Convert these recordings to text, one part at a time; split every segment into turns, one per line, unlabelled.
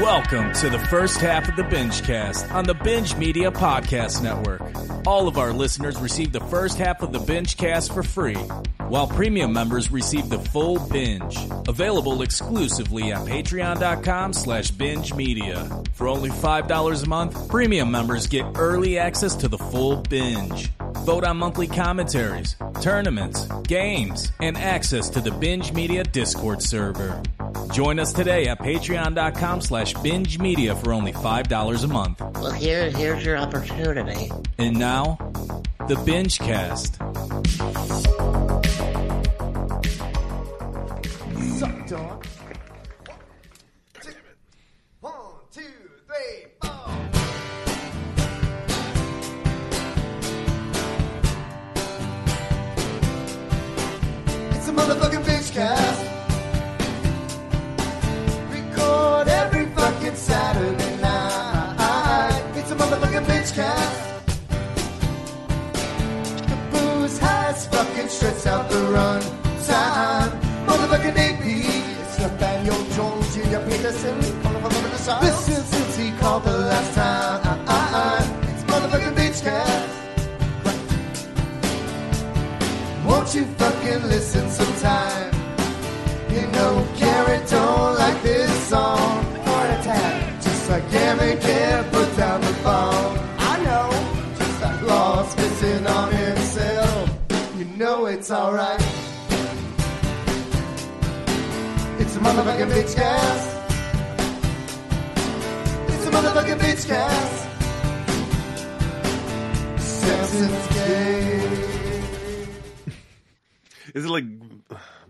Welcome to the first half of the Binge Cast on the Binge Media Podcast Network. All of our listeners receive the first half of the Binge Cast for free, while premium members receive the full binge, available exclusively at patreon.com slash binge media. For only $5 a month, premium members get early access to the full binge. Vote on monthly commentaries, tournaments, games, and access to the Binge Media Discord server. Join us today at patreon.com slash binge media for only $5 a month.
Well, here, here's your opportunity.
And now, the Binge Cast.
Suck, dog. One, two, three, four. It's a motherfucking bitch cast. Record every fucking Saturday night. It's a motherfucking bitch cast. The booze has fucking strips out the run time. Motherfucking AP. It's Nathaniel Jones, Junior Peterson. Calling from the side. This is since he called the last time. It's motherfucking bitch cast. Won't you fucking listen sometime? You know, Gary don't like this song. Heart attack, just like Gary can't put down the phone. I know, just like Law fits in on himself. You know it's alright. It's a motherfucking bitch cast. It's a motherfucking bitch cast. Samson's gay.
Is it like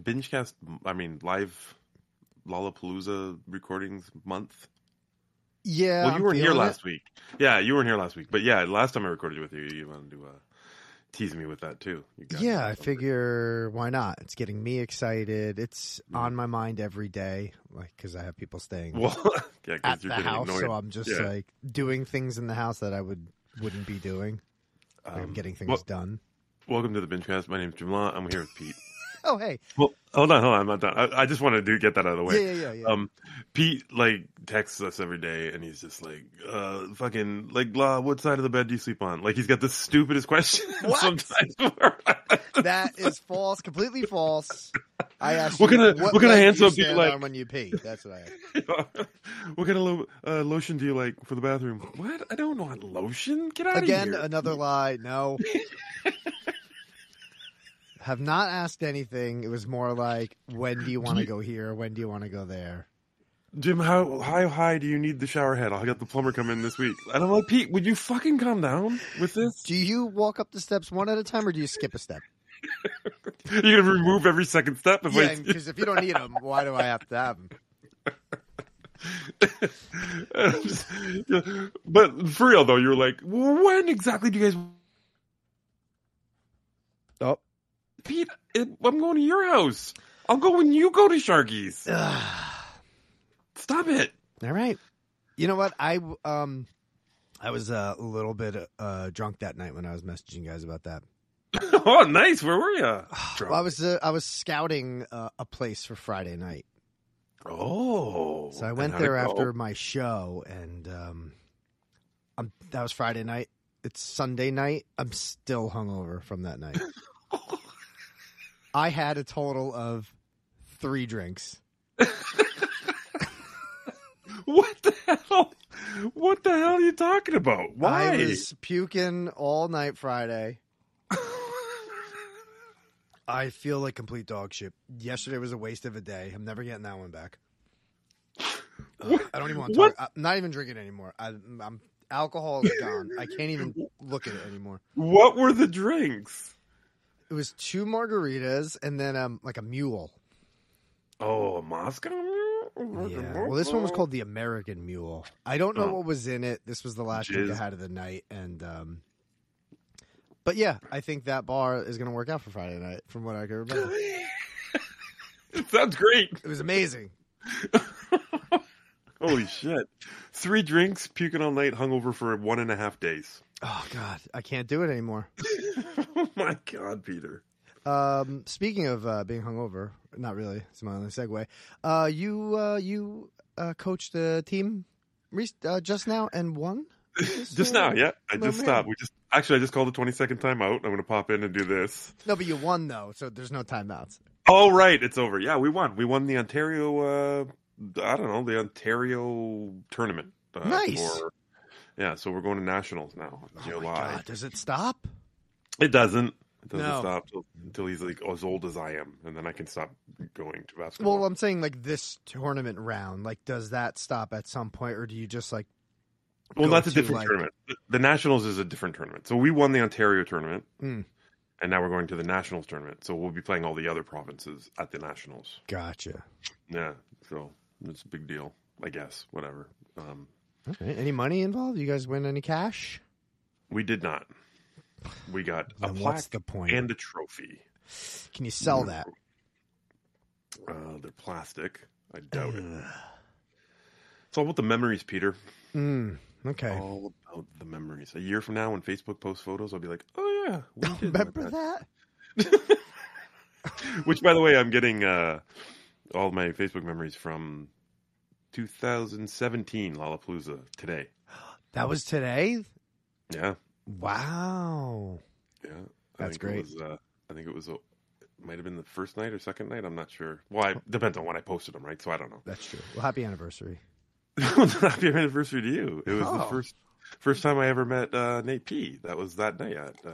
binge cast? I mean, live Lollapalooza recordings month.
Yeah.
well, you weren't here
last.
last week. Yeah, you weren't here last week. But yeah, last time I recorded with you, you wanted to uh, tease me with that too. You got
yeah,
me.
I figure why not? It's getting me excited. It's on my mind every day, like because I have people staying
Hmm. Well, yeah,
at
because
the
you're getting
house,
annoyed.
so I'm just
Yeah.
like doing things in the house that I would wouldn't be doing. Like, I'm
Um,
getting things
well-
done.
Welcome to the binge cast. My name's Jim Law. I'm here with Pete.
Oh hey,
Well, hold on, hold on. I'm not done. I, I just wanted to get that out of the way.
yeah, yeah, yeah, yeah.
Um, Pete like texts us every day, and he's just like, uh, "Fucking like, blah. What side of the bed do you sleep on?" Like, he's got the stupidest question
What?
sometimes. where-
that is false, completely false. I asked
What
you,
kind of-
what
what kind of
leg do
hands
you
up do you
stand
like?
on when you pee. That's what I asked.
what kind of lo- uh, lotion do you like for the bathroom? What? I don't want lotion. Get out
Again, uh,
of here.
another lie. No. Have not asked anything. It was more like, when do you want to go here? When do you want to go there?
Jim, how how high do you need the shower head? Oh, I got the plumber come in this week, and I'm like, Pete, would you fucking calm down with this?
Do you walk up the steps one at a time or do you skip a step?
You're gonna remove every second step if
Yeah,
I
because if you don't need them, why do I have to have them?
but for real though, you're like, well, when exactly do you guys?
Oh.
Pete, it, I'm going to your house. I'll go when you go to Sharky's. Stop it.
All right. You know what? I um, I was uh, a little bit uh, drunk that night when I was messaging you guys about that.
oh, nice. Where were you?
Well, I was uh, I was scouting uh, a place for Friday night.
Oh,
So I
and
went
how'd it
there
go?
after my show, and um, I'm, that was Friday night. It's Sunday night. I'm still hungover from that night. I had a total of three drinks.
What the hell? What the hell are you talking about? Why?
I was puking all night Friday. I feel like complete dog shit. Yesterday was a waste of a day. I'm never getting that one back. Ugh, I don't even want to talk.
What?
I'm not even drinking anymore. I, I'm alcohol is gone. I can't even look at it anymore.
what were the drinks?
It was two margaritas and then um like a mule.
Oh, Moscow.
Yeah. Well, this one was called the American Mule. I don't know
Oh.
what was in it. This was the last drink I
Jizz.
had of the night, and um, but yeah, I think that bar is going to work out for Friday night, from what I can remember.
It sounds great.
it was amazing.
Holy shit! Three drinks, puking all night, hungover for one and a half days.
Oh God, I can't do it anymore.
oh my god, Peter.
Um, speaking of uh, being hungover, not really. It's my only segue. Uh, you uh, you uh, coached the team re- uh, just now and won?
Just now, yeah. I
my
just
man.
stopped. We just actually I just called the twenty second timeout. I'm gonna pop in and do this.
No, but you won though, so there's no timeouts.
Oh right, it's over. Yeah, we won. We won the Ontario. Uh, I don't know the Ontario tournament. Uh,
Nice.
for- yeah, so we're going to nationals now. in
Oh my
July.
God, does it stop?
It doesn't. It doesn't
No.
stop till, until he's like as old as I am, and then I can stop going to basketball.
Well, I'm saying like this tournament round, like does that stop at some point, or do you just like?
Well,
go
that's a
to,
different
like-
tournament. The- The Nationals is a different tournament. So we won the Ontario tournament,
Mm.
and now we're going to the Nationals tournament. So we'll be playing all the other provinces at the Nationals.
Gotcha.
Yeah, so it's a big deal, I guess. Whatever. Um,
All right. Any money involved? You guys win any cash?
we did not. We got a
Then what's
plaque
the point?
and a trophy.
Can you sell that?
Uh, they're plastic. I doubt it. It's all about the memories, Peter.
Mm, okay.
all about the memories. A year from now, when Facebook posts photos, I'll be like, "Oh yeah, we did
Remember
like
that?
that." Which, by the way, I'm getting uh, all my Facebook memories from 2017 Lollapalooza today.
That was today.
Yeah,
Wow.
yeah, I
That's
think
great.
It was, uh, I think it was. uh, It might have been the first night or second night. I'm not sure. Well, I, depends on when I posted them, right? So I don't know.
That's true. Well, happy anniversary.
Happy anniversary to you! It was the
Oh.
first first time I ever met uh, Nate P. That was that night at. Uh,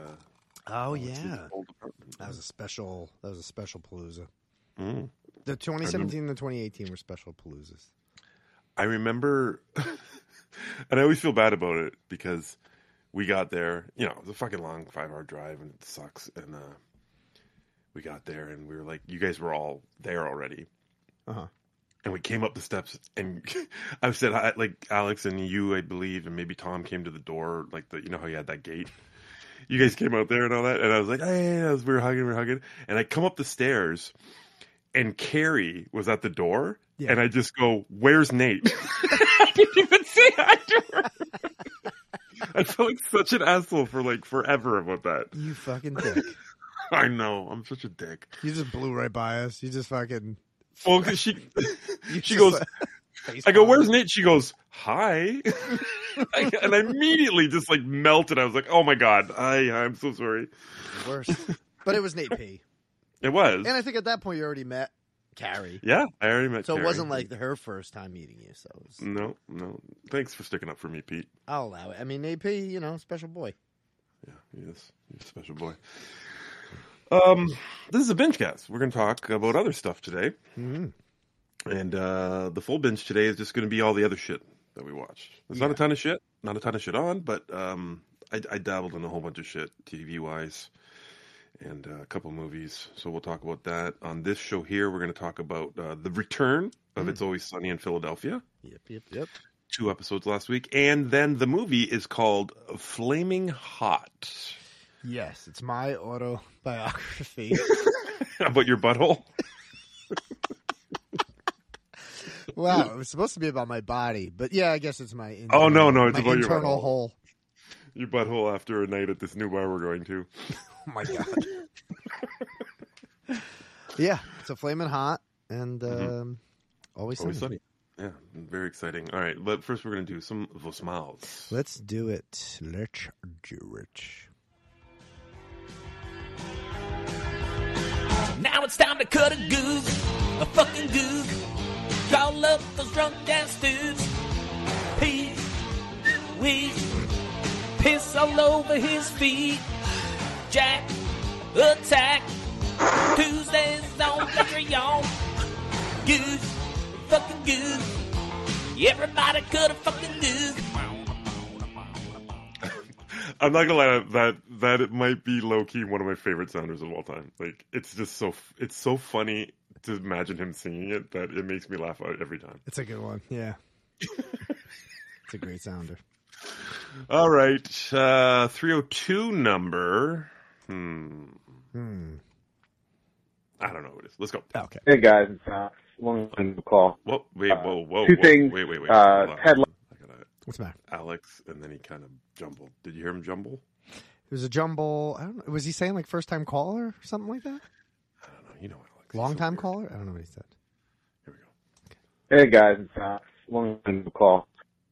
Oh
Alex's
yeah,
old apartment.
that was a special. That was a special palooza.
Mm.
The 2017 and the 2018 were special paloozas.
I remember, and I always feel bad about it because we got there. You know, it was a fucking long five hour drive, and it sucks. And uh, we got there, and we were like, you guys were all there already.
Uh
Uh-huh.
huh.
And we came up the steps, and I've said hi- like Alex and you, I believe, and maybe Tom came to the door, like the you know how you had that gate. You guys came out there and all that, and I was like, hey, I was, we were hugging, we were hugging, and I come up the stairs, and Carrie was at the door,
Yeah.
and I just go, "Where's Nate?" I didn't even say hi to her. I felt like such an asshole for like forever about that.
You fucking dick.
I know I'm such a dick.
you just blew right by us. You just fucking.
Well, 'cause she
you
she
just,
goes,
like, face
I go,
palm.
where's Nate? She goes, hi. I- and I immediately just like melted. I was like, oh my God, I, I'm so sorry.
The worst? But it was Nate P.
It was.
And I think at that point you already met Carrie,
yeah, I already met
so it
Carrie.
wasn't like her first time meeting you. So it was,
No, no. Thanks for sticking up for me, Pete.
I'll allow it. I mean, Nate P. You know, special boy.
Yeah, yes. You're a special boy. Um, This is a binge cast. We're going to talk about other stuff today.
Mm-hmm.
And uh, the full binge today is just going to be all the other shit that we watched. There's not a ton of shit, not a ton of shit on, but um, I, I dabbled in a whole bunch of shit TV wise and uh, a couple movies. So we'll talk about that. On this show here, we're going to talk about uh, the return of
Mm.
It's Always Sunny in Philadelphia,
Yep, yep, yep.
two episodes last week. And then the movie is called Flaming Hot.
Yes, it's my autobiography.
about your butthole?
wow, it was supposed to be about my body, but yeah, I guess it's my.
Oh, no, no, it's
my
about your
internal
butthole.
hole.
Your butthole after a night at this new bar we're going to.
Oh my god. yeah, it's a flaming hot and
Mhm.
um, always,
Always
sunny.
sunny. Yeah, very exciting. All right, but first we're going to do some voicemails.
Let's do it. Let's do it.
Now it's time to cut a goog, a fucking goog. Call up those drunk ass dudes. Pee, wee, piss all over his feet. Jack, attack. Tuesdays on Patreon. Goog, fucking goog. Everybody cut a fucking goog.
I'm not gonna lie, that that it might be low key one of my favorite sounders of all time. Like it's just so it's so funny to imagine him singing it that it makes me laugh out every time.
It's a good one. Yeah. it's a great sounder.
All right, uh, 302 number. Hmm,
Hmm.
I don't know who it is. Let's go.
Oh, Okay.
Hey guys, it's uh, long time call.
Whoa, wait,
Uh,
whoa, whoa,
two
whoa,
things,
Wait, wait, wait.
uh,
hold on.
headli-
I got a-
What's the matter?
Alex, and then he kind of jumbled. Did you hear him jumble?
It was a jumble. I don't know. Was he saying like first time caller or something like that?
I don't know. You know, Alex. he's
Long
so
time
weird.
caller? I don't know what he said.
Here we go.
Hey guys, it's uh, long time to call.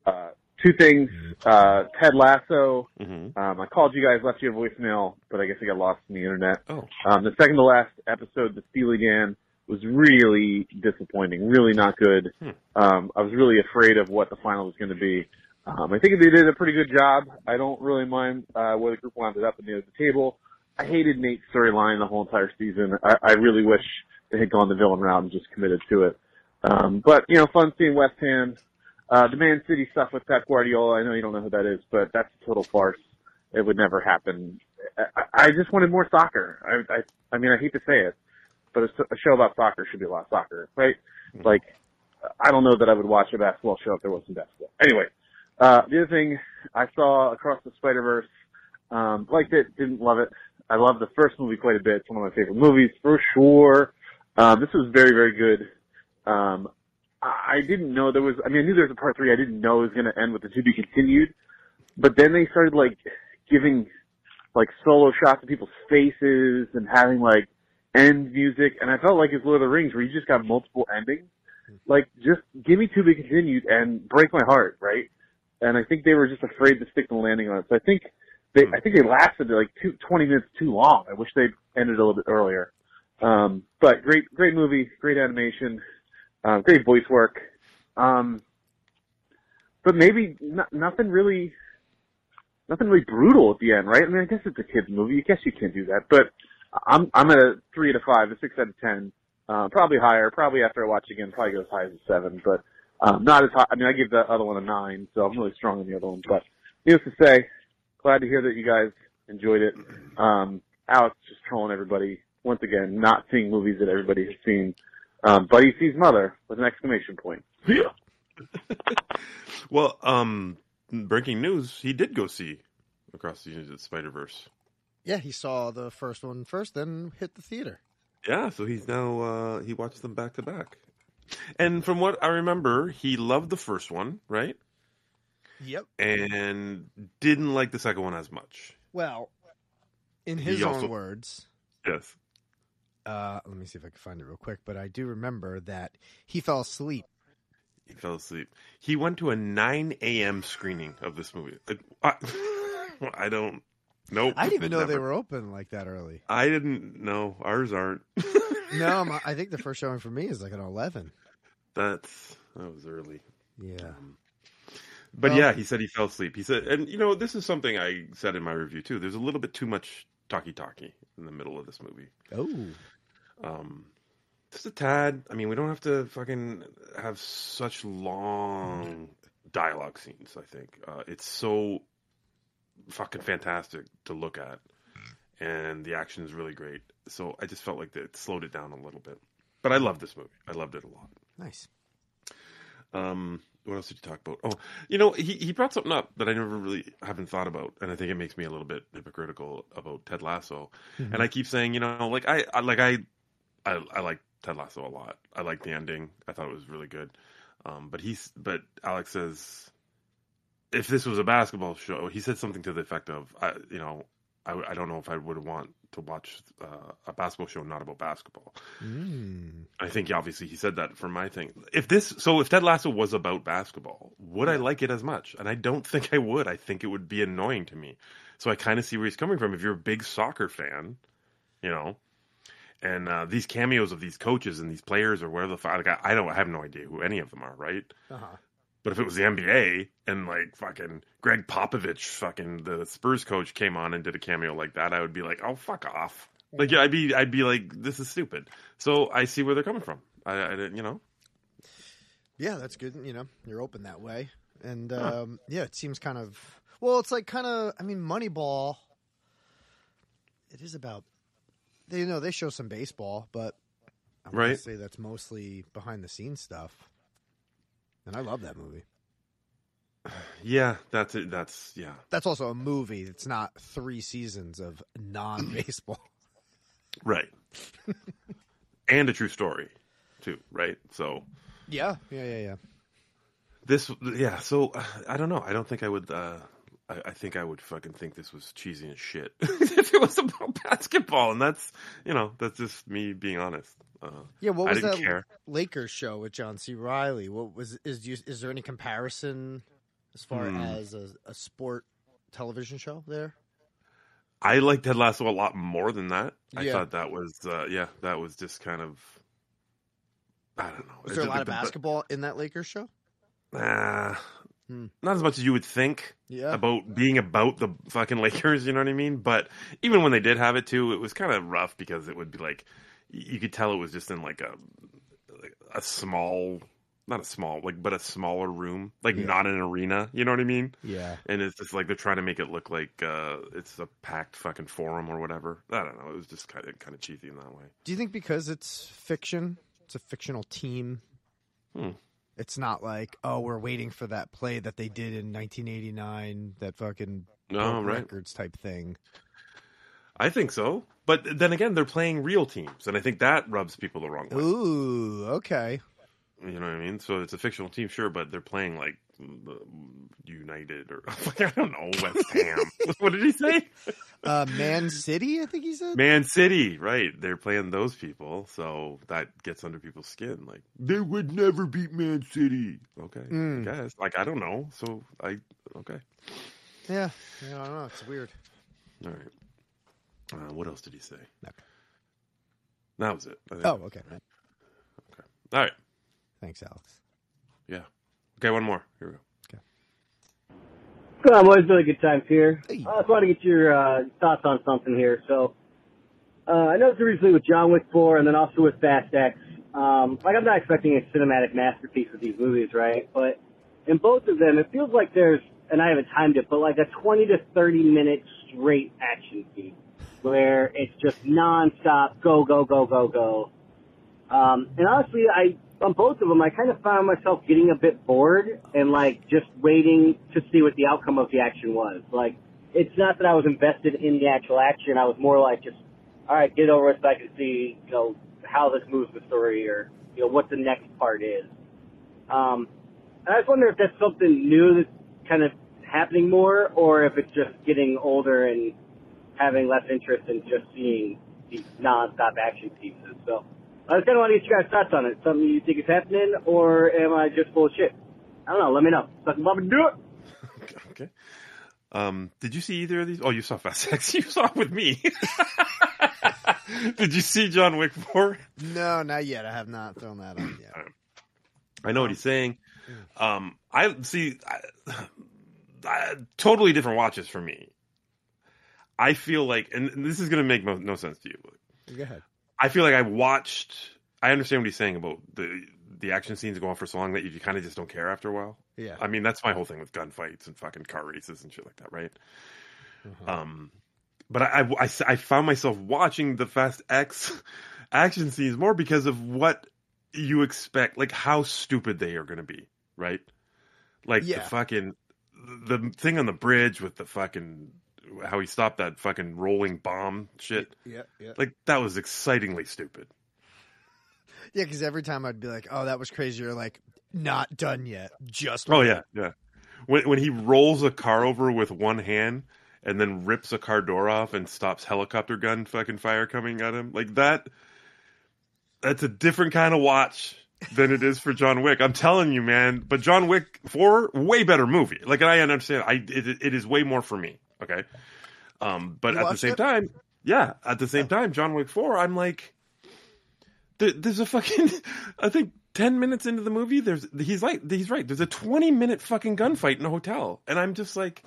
Uh, two things. Uh, Ted Lasso.
Mm-hmm.
Um, I called you guys, left you a voicemail, but I guess I got lost in the internet.
Oh,
Um, the second to last episode, the Steely Dan, was really disappointing, really not good.
Hmm.
Um, I was really afraid of what the final was going to be. Um, I think they did a pretty good job. I don't really mind uh, where the group wound up at the end of the table. I hated Nate's storyline the whole entire season. I, I really wish they had gone the villain route and just committed to it. Um, but you know, fun seeing West Ham. Uh, the Man City stuff with Pep Guardiola. I know you don't know who that is, but that's a total farce. It would never happen. I, I I just wanted more soccer. I, I, I mean, I hate to say it, but a, s- a show about soccer should be a lot of soccer, right? Like, I don't know that I would watch a basketball show if there wasn't basketball. Anyway, uh, the other thing I saw across the Spider Verse, um, liked it, didn't love it. I love the first movie quite a bit. It's one of my favorite movies for sure. Uh, this was very, very good. Um, I I didn't know there was. I mean, I knew there was a part three. I didn't know it was going to end with the to be continued. But then they started like giving like solo shots of people's faces and having like end music, and I felt like it's Lord of the Rings where you just got multiple endings. Like, just give me to be continued and break my heart, right? And I think they were just afraid to stick the landing on it. So I think they, I think they lasted like two, 20 minutes too long. I wish they'd ended a little bit earlier. Um, but great, great movie, great animation, uh, great voice work. Um, but maybe no, nothing really, nothing really brutal at the end, right? I mean, I guess it's a kids movie. I guess you can do that, but I'm I'm at a three out of five, a six out of ten, uh, probably higher. Probably after I watch again, probably go as high as a seven, but um, not as high. I mean, I give the other one a nine, so I'm really strong on the other one. But needless to say, glad to hear that you guys enjoyed it. Um, Alex just trolling everybody once again, not seeing movies that everybody has seen. Um, Buddy sees mother with an exclamation point.
well, um, breaking news: he did go see Across the Universe Spider Verse.
Yeah, he saw the first one first, then hit the theater.
Yeah, so he's now uh, he watched them back to back. And from what I remember, he loved the first one, right?
Yep.
And didn't like the second one as much.
Well, in
He
his
also-
own words,
Yes.
uh, let me see if I can find it real quick. But I do remember that he fell asleep.
He fell asleep. He went to a 9 a.m. screening of this movie. I, I, I don't. Nope.
I didn't even know they
Never.
were open like that early.
I didn't know. Ours aren't.
No, i I think the first showing for me is like an eleven.
That's that was early.
Yeah.
Um, But
Well-
yeah, he said he fell asleep. He said, and you know, this is something I said in my review too. There's a little bit too much talkie talkie in the middle of this movie.
Oh,
Um, just a tad. I mean, we don't have to fucking have such long dialogue scenes. I think uh, it's so fucking fantastic to look at, and the action is really great. So I just felt like that it slowed it down a little bit. But I loved this movie. I loved it a lot.
nice.
Um, what else did you talk about? Oh, you know, he, he brought something up that I never really haven't thought about, and I think it makes me a little bit hypocritical about Ted Lasso.
Mhm.
And I keep saying, you know, like I, I like I, I, I like Ted Lasso a lot. I like the ending. I thought it was really good. Um, but he's but Alex says, if this was a basketball show, he said something to the effect of, I, you know, I, I don't know if I would want to watch uh, a basketball show not about basketball.
Mm.
I think obviously he said that for my thing. If this, so if Ted Lasso was about basketball, would I like it as much? And I don't think I would. I think it would be annoying to me. So I kind of see where he's coming from. If you're a big soccer fan, you know, and uh, these cameos of these coaches and these players or whatever the fuck, like, I, I don't, I have no idea who any of them are, right?
Uh-huh.
But if it was the NBA and like fucking Greg Popovich, fucking the Spurs coach came on and did a cameo like that, I would be like, oh fuck off. Like yeah, I'd be I'd be like, this is stupid. So I see where they're coming from. I, I didn't- you know
Yeah, that's good. You know, you're open that way, and
Huh.
um, yeah, it seems kind of well. It's like kind of. I mean, Moneyball. It is about. They you know they show some baseball, but I would
Right.
say that's mostly behind the scenes stuff. And I love that movie.
yeah that's it that's yeah
That's also a movie. It's not three seasons of non baseball.
right and a true story too right so
yeah, yeah, yeah, yeah.
this yeah so uh, I don't know I don't think I would uh I, I think I would fucking think this was cheesy as shit if it was about basketball. And that's, you know, that's just me being honest. Uh,
Yeah, what
I
was
didn't
that
care.
Lakers show with John C. Riley? What was is you, is there any comparison as far
Hmm.
as a, a sport television show there?
I liked Ted Lasso a lot more than that. I
Yeah.
thought that was, uh, yeah, that was just kind of, I don't know.
Was there a
It-
lot of
the- the-
basketball in that Lakers show?
Nah,
Hmm.
not as much as you would think.
Yeah,
about being about the fucking Lakers, you know what I mean? But even when they did have it too, it was kind of rough because it would be like y- you could tell it was just in like a like a small not a small like but a smaller room, like
Yeah.
not an arena, you know what I mean?
yeah.
And it's just like they're trying to make it look like uh it's a packed fucking forum or whatever. I don't know, it was just kind of kind of cheesy in that way.
Do you think because it's fiction, it's a fictional team?
Hmm.
It's not like oh, we're waiting for that play that they did in 1989, that fucking
No,
broke
Oh, right.
records type thing.
I think so. But then again, they're playing real teams, and I think that rubs people the wrong way.
Ooh, okay.
You know what I mean? So it's a fictional team, sure, but they're playing like the United or I don't know West Ham. what did he say?
Uh, Man City, I think he said.
Man City, right? They're playing those people, so that gets under people's skin. Like they would never beat Man City. Okay,
Mm.
I guess. Like I don't know. So I okay,
Yeah, yeah. I don't know. It's weird.
all right. Uh, what else did he say?
Nothing.
That was it. I think.
Oh, okay.
all right.
Thanks, Alex.
Yeah. Okay, one more. Here we go.
Well, I'm always really good times here.
Hey.
I just wanted to get your uh, thoughts on something here. So, uh, I know it's originally with John Wick 4 and then also with Fast X. Um, like, I'm not expecting a cinematic masterpiece with these movies, right? But in both of them, it feels like there's, and I haven't timed it, but like a 20 to 30 minute straight action scene where it's just nonstop go, go, go, go, go. Um, and honestly, I on both of them, I kind of found myself getting a bit bored and like just waiting to see what the outcome of the action was. Like, it's not that I was invested in the actual action; I was more like just, all right, get it over with so I can see you know how this moves the story or you know what the next part is. Um, and I just wonder if that's something new that's kind of happening more, or if it's just getting older and having less interest in just seeing these non-stop action pieces. So I just kind of want to get your guys' thoughts on it. Something you think is happening, or am I just full of shit? I don't know. Let me know. Fucking love and do it.
Okay. Um, did you see either of these? Oh, you saw Fast X. You saw it with me. did you see John Wick 4?
No, not yet. I have not thrown that on yet.
I know what he's saying. Um, I see. I, I, totally different watches for me. I feel like, and and this is going to make mo- no sense to you. but
Go ahead.
I feel like I watched. I understand what he's saying about the the action scenes go on for so long that you kind of just don't care after a while.
Yeah.
I mean, that's my whole thing with gunfights and fucking car races and shit like that, right?
Uh-huh.
Um, but I, I- I s- I found myself watching the Fast X action scenes more because of what you expect, like how stupid they are going to be, right? Like
Yeah.
the fucking the thing on the bridge with the fucking how he stopped that fucking rolling bomb shit.
Yeah, yeah.
Like that was excitingly stupid.
Yeah, because every time I'd be like, "Oh, that was crazy," or like, "Not done yet." Just
Oh yeah, yeah. When when he rolls a car over with one hand and then rips a car door off and stops helicopter gun fucking fire coming at him like that. That's a different kind of watch than it is for John Wick. I'm telling you, man. But John Wick four way better movie. Like and I understand. I it, it is way more for me. Okay. Um, but
You
at the
watched
same
it?
time, yeah. At the same time, John Wick four. I'm like, there, there's a fucking. I think ten minutes into the movie, there's he's like he's right. There's a twenty minute fucking gunfight in a hotel, and I'm just like,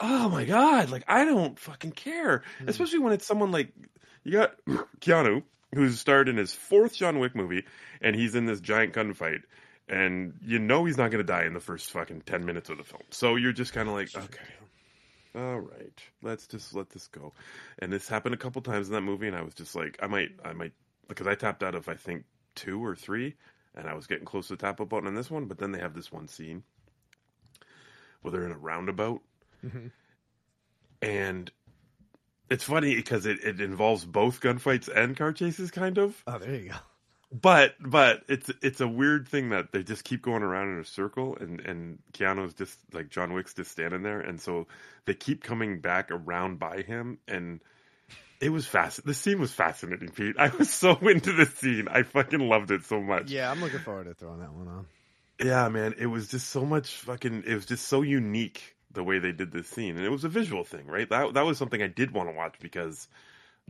oh my god, like I don't fucking care.
Hmm.
Especially when it's someone like you got Keanu, who's starred in his fourth John Wick movie, and he's in this giant gunfight. And you know he's not going to die in the first fucking ten minutes of the film, so you're just kind of like, okay, all right, let's just let this go. And this happened a couple times in that movie, and I was just like, I might, I might, because I tapped out of I think two or three, and I was getting close to the tap out button on this one, but then they have this one scene where they're in a roundabout,
Mhm.
and it's funny because it, it involves both gunfights and car chases, kind of.
Oh, there you go.
but but it's it's a weird thing that they just keep going around in a circle and and Keanu's just like John Wick's just standing there and so they keep coming back around by him and it was fast the scene was fascinating Pete I was so into this scene I fucking loved it so much
Yeah, I'm looking forward to throwing that one on.
yeah man it was just so much fucking it was just so unique the way they did this scene and it was a visual thing right that that was something I did want to watch because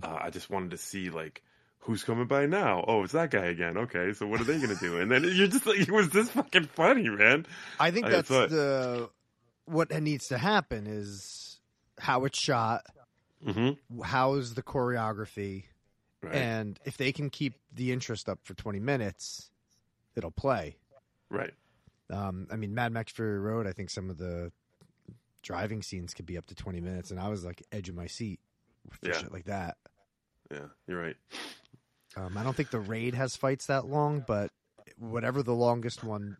uh, I just wanted to see like who's coming by now? Oh, it's that guy again. Okay, so what are they gonna do? And then you're just like, it was this fucking funny, man.
I think
I
that's
thought-
the what needs to happen is how it's shot,
Mm-hmm.
how is the choreography,
Right,
and if they can keep the interest up for 20 minutes, it'll play.
right.
Um, I mean, Mad Max Fury Road. I think some of the driving scenes could be up to 20 minutes, and I was like edge of my seat for
Yeah.
shit like that.
Yeah, you're right.
Um, I don't think the raid has fights that long, but whatever the longest one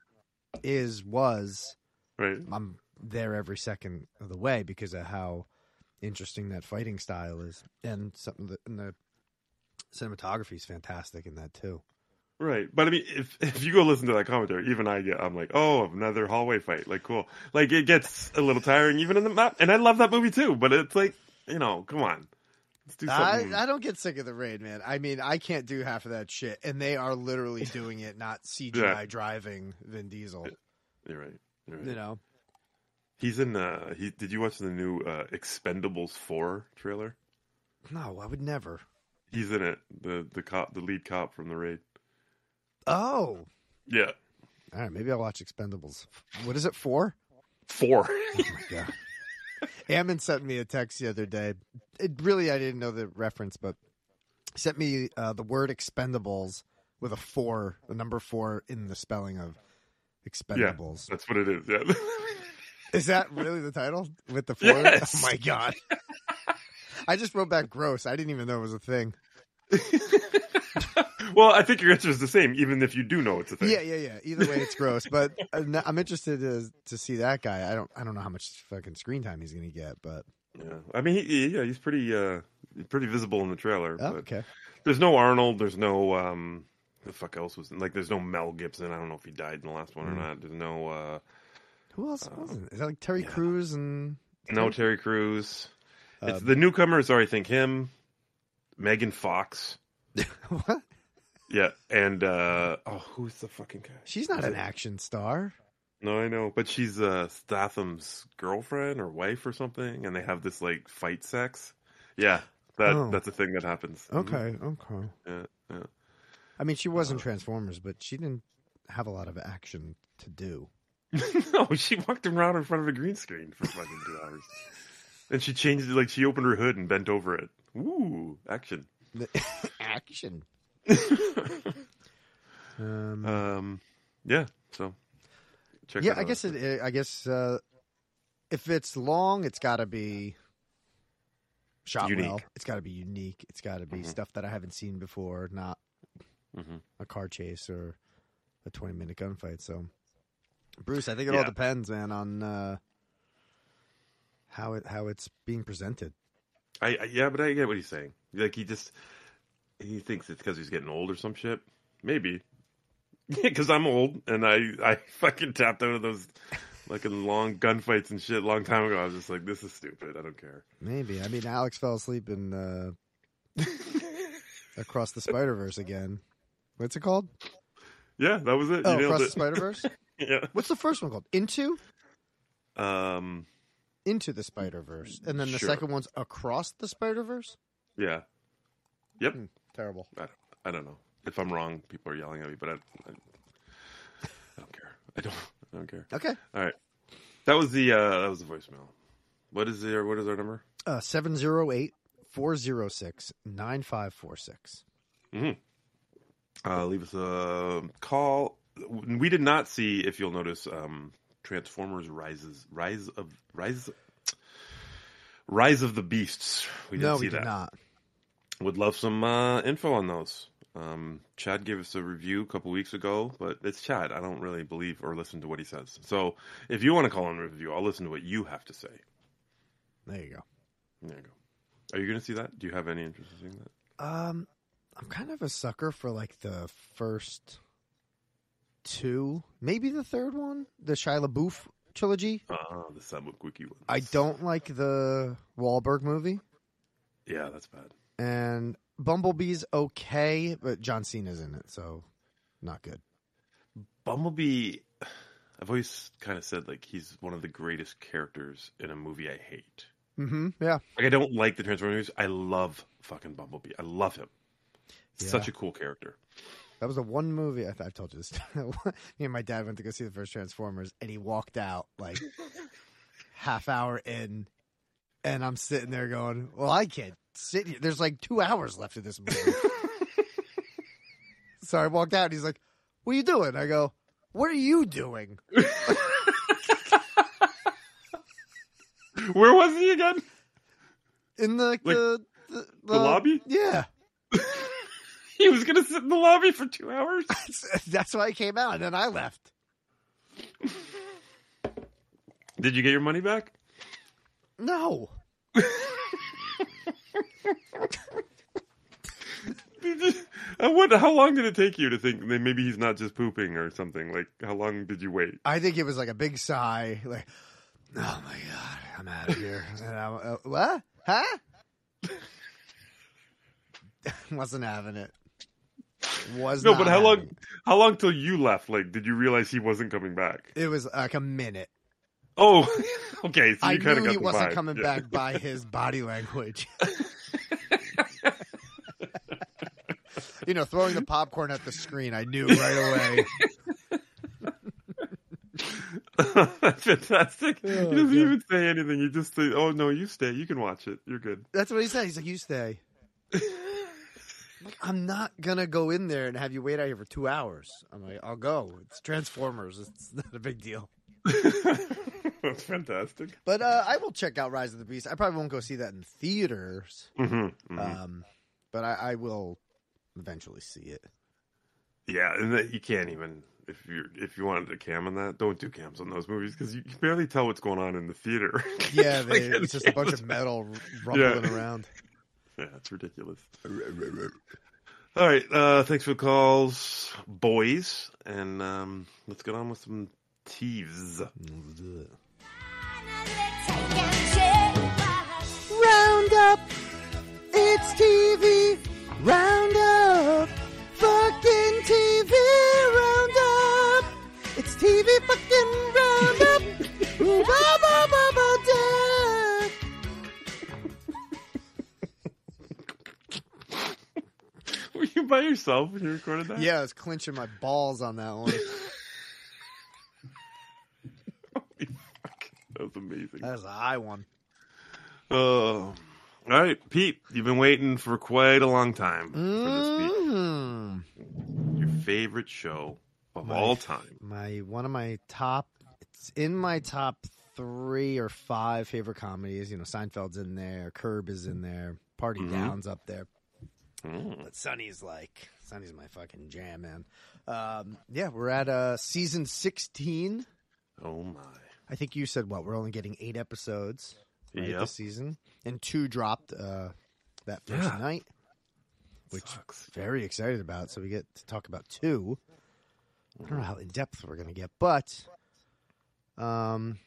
is was,
Right.
I'm there every second of the way because of how interesting that fighting style is, and something that and the cinematography is fantastic in that too.
Right. But I mean, if if you go listen to that commentary, even I get, I'm like, oh, another hallway fight. Like, cool. Like, it gets a little tiring, even in the map. And I love that movie too. But it's like, you know, come on, let's do
I,
something.
I don't get sick of the raid, man. I mean, I can't do half of that shit, and they are literally doing it, not CGI
Yeah.
driving Vin Diesel.
You're right. You're right.
You know,
He's in. Uh, he did you watch the new uh, Expendables four trailer?
no, I would never.
He's in it. The the cop, the lead cop from the raid.
Oh,
Yeah,
all right, maybe I'll watch Expendables. What is it for?
four.
Yeah. Ammon sent me a text the other day. It really, I didn't know the reference, but sent me uh, the word expendables with a four, the number four in the spelling of expendables.
That's what it is. Yeah.
Is that really the title with the four?
Yes.
Oh my God. I just wrote back gross. I didn't even know it was a thing.
well, I think your answer is the same, even if you do know it's a thing.
Yeah, yeah, yeah. Either way, it's gross. But I'm not- I'm interested to, to see that guy. I don't, I don't know how much fucking screen time he's going to get, but
Yeah. I mean, he- he, yeah, he's pretty, uh, pretty visible in the trailer.
oh,
but
okay.
There's no Arnold. There's no um, the fuck else was like. There's no Mel Gibson. I don't know if he died in the last one or
Mm.
not. There's no, uh,
Who else
Um,
wasn't? Is that like Terry
yeah.
Crews and
no Terry Crews. it's
Um,
the newcomers are, I think, him, Megan Fox.
what?
Yeah, and uh, oh, who's the fucking guy?
She's not
Is
an
it-
action star.
No, I know, but she's uh, Statham's girlfriend or wife or something, and they have this like fight sex. Yeah, that
Oh.
that's a thing that happens. Mhm.
Okay, okay.
Yeah, yeah. Uh,
I mean, she was in Transformers, but she didn't have a lot of action to do.
no, she walked around in front of a green screen for fucking two hours, and she changed it. Like she opened her hood and bent over it. Ooh, action.
action. Um,
um, yeah. So, check
yeah,
that
I
out.
guess it, it. I guess uh, if it's long, it's got to be shot
Unique.
well. It's got to be unique. It's got to be
Mhm.
stuff that I haven't seen before, not
Mhm.
a car chase or a twenty-minute gunfight. So, Bruce, I think it all
Yeah.
depends, man, on uh, how it how it's being presented.
I, I yeah, but I get what he's saying. Like he just he thinks it's because he's getting old or some shit. Maybe because I'm old and I I fucking tapped out of those fucking long gunfights and shit a long time ago. I was just like, this is stupid. I don't care.
Maybe. I mean, Alex fell asleep in uh, across the Spider Verse again. What's it called?
Yeah, that was it.
Oh,
you
across
nailed
the
it.
Spider Verse.
yeah.
What's the first one called? Into.
Um.
into the Spider Verse, and then the
Sure.
second one's across the Spider Verse.
Yeah. Yep.
Terrible.
I, I don't know if I'm wrong. People are yelling at me, but I, I, I don't care. I don't. I don't care.
Okay,
All right. That was the uh, that was the voicemail. What is their what is our number?
uh, 708-406-9546.
uh, leave us a call. We did not see, if you'll notice, um, Transformers Rises, Rise of Rise, Rise of the Beasts. We didn't
No,
see
we did
that.
not.
Would love some uh, info on those. Um, Chad gave us a review a couple weeks ago, but it's Chad. I don't really believe or listen to what he says. So if you want to call and review, I'll listen to what you have to say.
There you go.
There you go. Are you going to see that? Do you have any interest in seeing that?
Um, I'm kind of a sucker for like the first two, maybe the third one, the Shia LaBeouf trilogy.
Ah, the Samu Quickie one.
Uh, I don't like the Wahlberg movie,
Yeah, that's bad.
and Bumblebee's okay, but John Cena's in it, so not good.
Bumblebee, I've always kind of said like he's one of the greatest characters in a movie I hate.
Mm-hmm. Yeah,
Like I don't like the Transformers. I love fucking Bumblebee. I love him. Such a cool character.
that was the one movie I th- I've told you this. Me and my dad went to go see the first Transformers, and he walked out like half hour in, and I'm sitting there going, "Well, I can't sit here. There's like two hours left of this movie." so I walked out, and he's like, "What are you doing?" I go, "What are you doing?"
Where was he again?
in the the, the,
the lobby?
Yeah,
He was gonna sit in the lobby for two hours.
that's why I came out, and then I left.
Did you get your money back?
No,
I wonder how long did it take you to think that maybe he's not just pooping or something? Like how long did you wait?
I think it was like a big sigh, like, "Oh my god, I'm out of here." and I, uh, what? Huh? Wasn't having it. Was
No,
not
but how long?
having
How long till you left? Like, did you realize he wasn't coming back?
It. it was like a minute.
Oh, okay. So
I
you kind of
knew
got
he
the
wasn't
vibe.
coming
Yeah.
back by his body language. you know, throwing the popcorn at the screen, I knew right away.
That's fantastic. he
Oh,
doesn't
God.
even say anything. He just say, "Oh no, you stay. You can watch it. You're good."
That's what he said. He's like, "You stay." I'm like, I'm not gonna go in there and have you wait out here for two hours. I'm like, I'll go. It's Transformers. It's not a big deal.
That's fantastic.
But uh, I will check out Rise of the Beast. I probably won't go see that in theaters,
hmm
um, but I, I will eventually see it.
yeah, and that you can't even if you are if you wanted to cam on that, don't do cams on those movies because you can barely tell what's going on in the theater.
Yeah,
Like,
they, it's just a bunch of metal r-
Yeah.
rumbling around.
Yeah, it's ridiculous. All right, uh, thanks for the calls, boys, and um, let's get on with some thieves.
Roundup, it's TV Roundup, fucking TV Roundup, it's TV fucking Roundup. ba, ba, ba, ba, da.
Were you by yourself when you recorded that?
Yeah, I was clinching my balls on that one.
Fuck, that was amazing.
That was a high one.
Oh, all right, Pete, you've been waiting for quite a long time for
Mm,
this Pete. Your favorite show of
My
all time.
my one of my top, it's in my top three or five favorite comedies. You know, Seinfeld's in there, Curb is in there, Party
Mhm.
Down's up there.
Mm.
But Sonny's like Sonny's my fucking jam, man. Um, yeah, we're at uh, season sixteen.
Oh my.
I think you said what? We're only getting eight episodes right,
Yep.
this season, and two dropped uh, that first
Yeah.
night, which
Sucks.
very excited about. So we get to talk about two. I don't know how in depth we're gonna get, but um,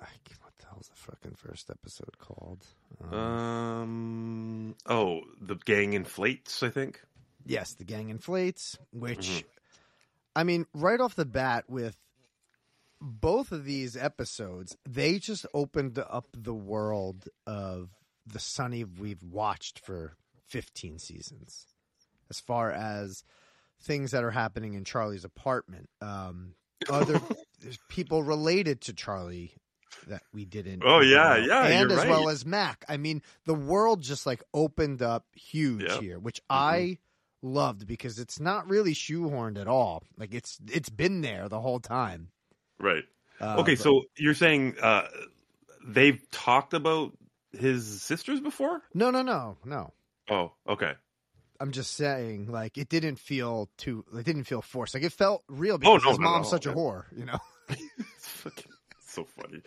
I, what the hell's the fucking first episode called? Um,
Um. Oh, the gang inflates. I think.
Yes, the gang inflates, which
Mhm.
I mean, right off the bat with both of these episodes, they just opened up the world of the Sunny we've watched for 15 seasons. As far as things that are happening in Charlie's apartment, um other there's people related to Charlie that we didn't
Oh, yeah,
know.
yeah,
and
you're
as well
right.
as Mac. I mean, the world just like opened up huge
Yeah.
here, which
Mm-hmm.
I loved because it's not really shoehorned at all. Like it's it's been there the whole time.
Right.
Uh,
Okay,
but-
so you're saying uh, they've talked about his sisters before?
no, no, no, no.
Oh, okay.
I'm just saying, like it didn't feel too. It didn't feel forced. Like it felt real because
Oh, no,
his
not at
mom's
all,
such a
yeah.
whore. You know,
It's fucking so funny.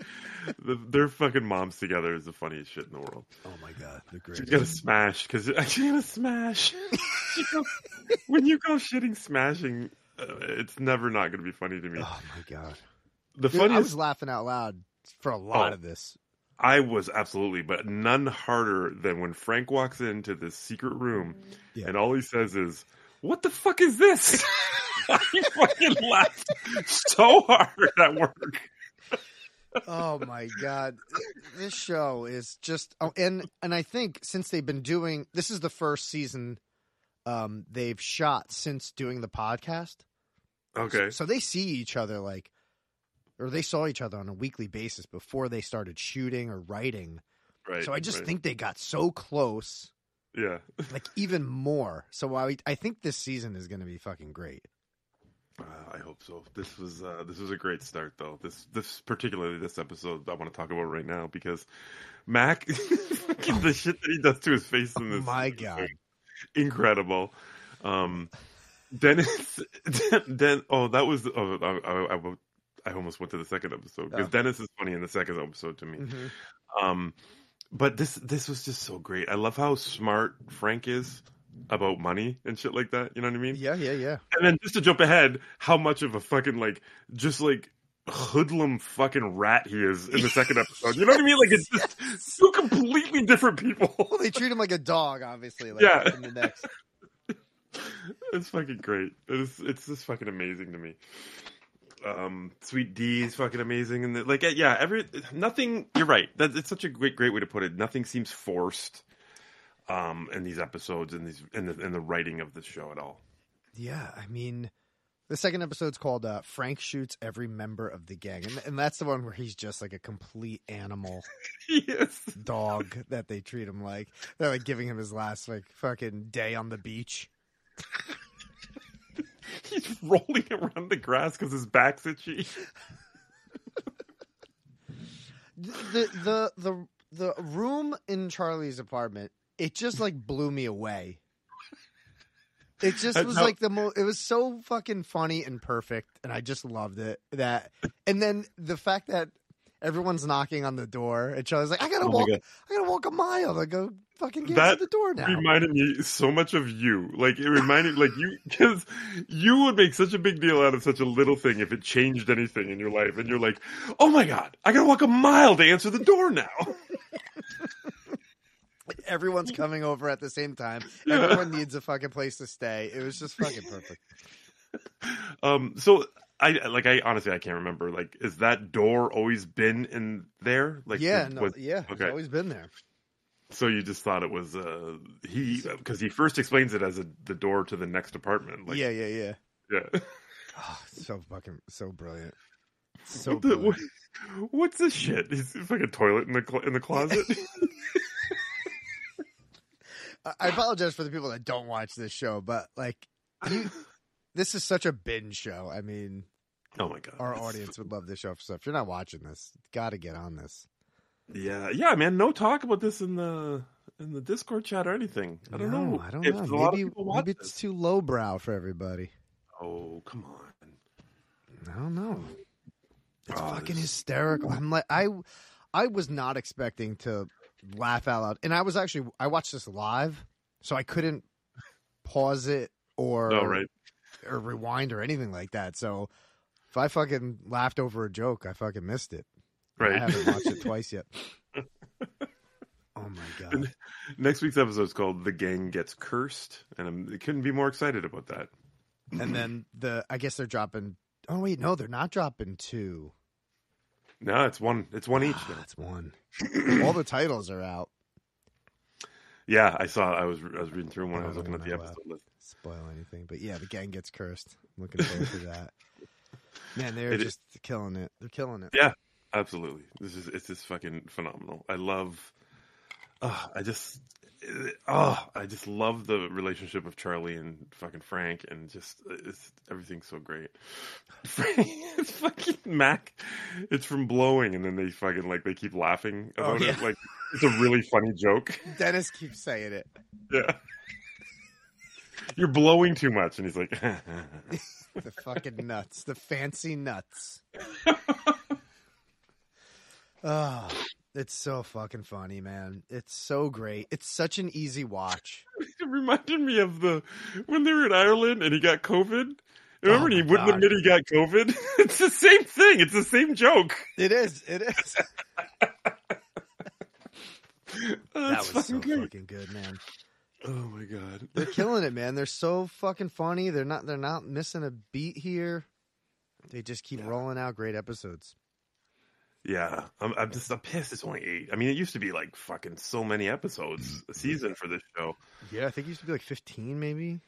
The, their fucking moms together is the funniest shit in the world.
Oh my god, they're great.
She's gonna smash because she's gonna smash. She goes- when you go shitting smashing, uh, it's never not gonna be funny to me.
Oh my god!
The
Dude,
funniest
I was laughing out loud for a lot
Oh.
of this.
I was absolutely, but none harder than when Frank walks into this secret room
Yeah.
and all he says is, What the fuck is this? he fucking laughed so hard at work.
Oh my god, this show is just oh, and and I think since they've been doing this is the first season um they've shot since doing the podcast.
Okay.
So they see each other like, or they saw each other on a weekly basis before they started shooting or writing.
Right.
so I just
right.
think they got so close,
Yeah.
like even more. So I, I think this season is going to be fucking great.
Uh, I hope so. This was uh, this was a great start though. This this particularly this episode I want to talk about right now because Mac fucking the shit that he does to his face in this
Oh My
is
God.
incredible. Um, Dennis, Den, Den- oh, that was, oh, I, I, I, I almost went to the second episode because
Oh.
Dennis is funny in the second episode to me. Um, but this, this was just so great. I love how smart Frank is about money and shit like that. You know what I mean?
Yeah, yeah, yeah.
And then just to jump ahead, how much of a fucking like, just like hoodlum fucking rat he is in the second episode. You know what I mean? Like it's just two completely different people.
Well, they treat him like a dog, obviously. Like,
Yeah.
In the next.
it's fucking great. It's it's just fucking amazing to me. Um, Sweet D is fucking amazing, and the, like yeah, every nothing. You're right. That it's such a great great way to put it. Nothing seems forced. Um, in these episodes and these in the in the writing of the show at all.
Yeah, I mean, the second episode's called uh, "Frank Shoots Every Member of the Gang," and, and that's the one where he's just like a complete animal
yes.
dog that they treat him like. They're like giving him his last like fucking day on the beach.
He's rolling around the grass because his back's itchy.
the the the the room in Charlie's apartment, it just like blew me away. It just
And
was
how-
like the most. It was so fucking funny and perfect, and I just loved it. That and then the fact that everyone's knocking on the door, and Charlie's like, "I gotta
Oh my
walk,
God.
I gotta walk a mile to go fucking get
That
to the door now."
reminded me so much of you. Like it reminded like you because you would make such a big deal out of such a little thing if it changed anything in your life. And you're like, oh my god, I gotta walk a mile to answer the door now.
everyone's coming over at the same time.
Yeah.
Everyone needs a fucking place to stay. It was just fucking perfect.
Um, so I like I honestly I can't remember. Like, is that door always been in there? Like,
yeah,
was-
no,
was-
yeah, it's
okay.
always been there.
So you just thought it was uh he because he first explains it as a, the door to the next apartment. Like,
yeah, yeah, yeah.
yeah.
Oh, so fucking so brilliant. So
What the-
brilliant.
what- what's this shit? He's it's like a toilet in the cl- in the closet.
I- I apologize for the people that don't watch this show, but like you, this is such a binge show. I mean,
oh my god,
our
It's-
audience would love this show. So if you're not watching this, got to get on this.
Yeah, yeah, man. No talk about this in the in the Discord chat or anything. I don't
No,
know.
I don't
if
know.
A lot of
Maybe,
people watch
maybe it's
this.
too lowbrow for everybody.
Oh, come on.
I don't know. It's
Oh,
fucking
this-
hysterical. I'm like I I was not expecting to laugh out loud. And I was actually I watched this live, so I couldn't pause it or
Oh, right.
or rewind or anything like that. So if I fucking laughed over a joke, I fucking missed it. I
Right.
haven't watched it twice yet. Oh my god.
Next week's episode is called "The Gang Gets Cursed," and I'm, I couldn't be more excited about that.
And then the I guess they're dropping Oh wait, no, they're not dropping two.
No, it's one. It's one each.
Ah,
Now.
That's one. All the titles are out.
Yeah, I saw. I was I was reading through when
I
I was
don't
looking at the
know, uh,
episode list.
spoil anything, but yeah, the gang gets cursed. I'm looking forward to that. Man, they're
It is-
just killing it. They're killing it.
Absolutely, this is it's just fucking phenomenal. I love. Uh, I just. Oh, I just love the relationship of Charlie and fucking Frank, and just it's, everything's so great. Frank, it's fucking Mac. It's from blowing, and then they fucking like they keep laughing
Oh,
about it.
yeah.
Like it's a really funny joke.
Dennis keeps saying it.
Yeah, you're blowing too much, and he's like,
The fucking nuts. The fancy nuts. Oh, it's so fucking funny, man. It's so great. It's such an easy watch.
It reminded me of the when they were in Ireland and he got COVID. Remember, and
my
he wouldn't
God.
admit he got COVID. It's the same thing. It's the same joke.
It is. It is. that
That's
was so
fucking great.
fucking good, man.
Oh my god.
They're killing it, man. They're so fucking funny. They're not. They're not missing a beat here. They just keep rolling out great episodes.
Yeah, I'm, I'm just I'm pissed. It's only eight. I mean, it used to be like fucking so many episodes a season for this show.
Yeah, I think it used to be like fifteen, maybe.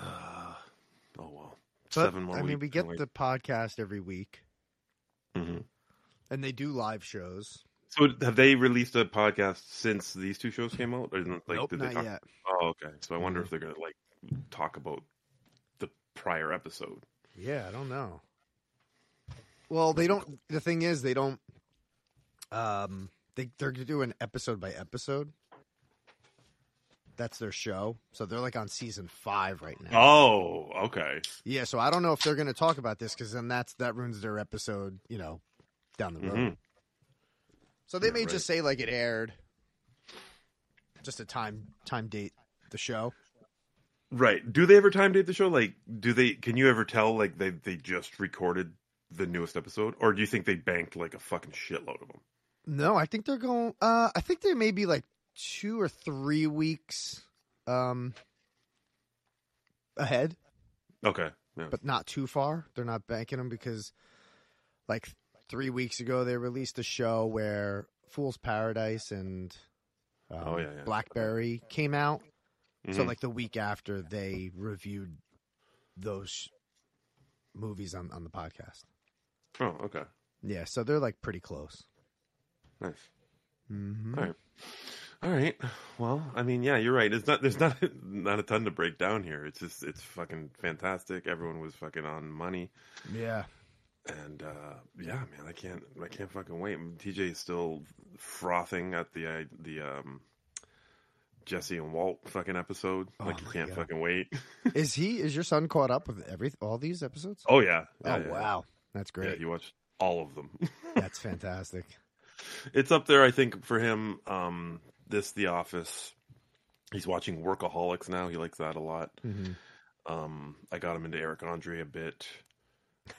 Uh, oh well,
But,
seven more.
I
weeks
mean, we
and
get
like-
the podcast every week,
Mhm.
and they do live shows.
So have they released a podcast since these two shows came out? Or like,
nope,
did they
not
talk-
yet. Mm-hmm.
Oh, okay. So I wonder if they're gonna like talk about the prior episode.
Yeah, I don't know. Well, they don't. The thing is, they don't. Um, they they're doing episode by episode. That's their show, so they're like on season five right now.
Oh, okay.
Yeah, so I don't know if they're going to talk about this because then that's that ruins their episode, you know, down the road.
Mhm.
So they
Yeah,
may
right.
just say like it aired, just a time time date the show.
Right. Do they ever time date the show? Like, do they? Can you ever tell like they they just recorded the newest episode, or do you think they banked like a fucking shitload of them?
No, I think they're going. Uh, I think there may be like two or three weeks um ahead,
Okay. Yeah.
but not too far. They're not banking them because like three weeks ago they released a show where Fool's Paradise and um,
Oh, yeah, yeah.
Blackberry came out. So
Mhm.
like the week after they reviewed those movies on on the podcast.
oh, okay.
Yeah, so they're like pretty close.
Nice.
Mm-hmm.
All right. All right. Well, I mean, yeah, you're right. It's not there's not not a ton to break down here. It's just it's fucking fantastic. Everyone was fucking on money,
Yeah,
and uh, yeah, man, I can't I can't fucking wait. TJ is still frothing at the uh, the um, Jesse and Walt fucking episode.
Oh
like you
my
can't
God.
fucking wait.
is he? Is your son caught up with every all these episodes?
Oh yeah. Yeah,
Oh,
yeah,
wow, that's
Yeah,
great.
he watched all of them.
That's fantastic.
it's up there, I think, for him. Um, this The Office. He's watching Workaholics now. He likes that a lot.
Mhm.
Um, I got him into Eric Andre a bit,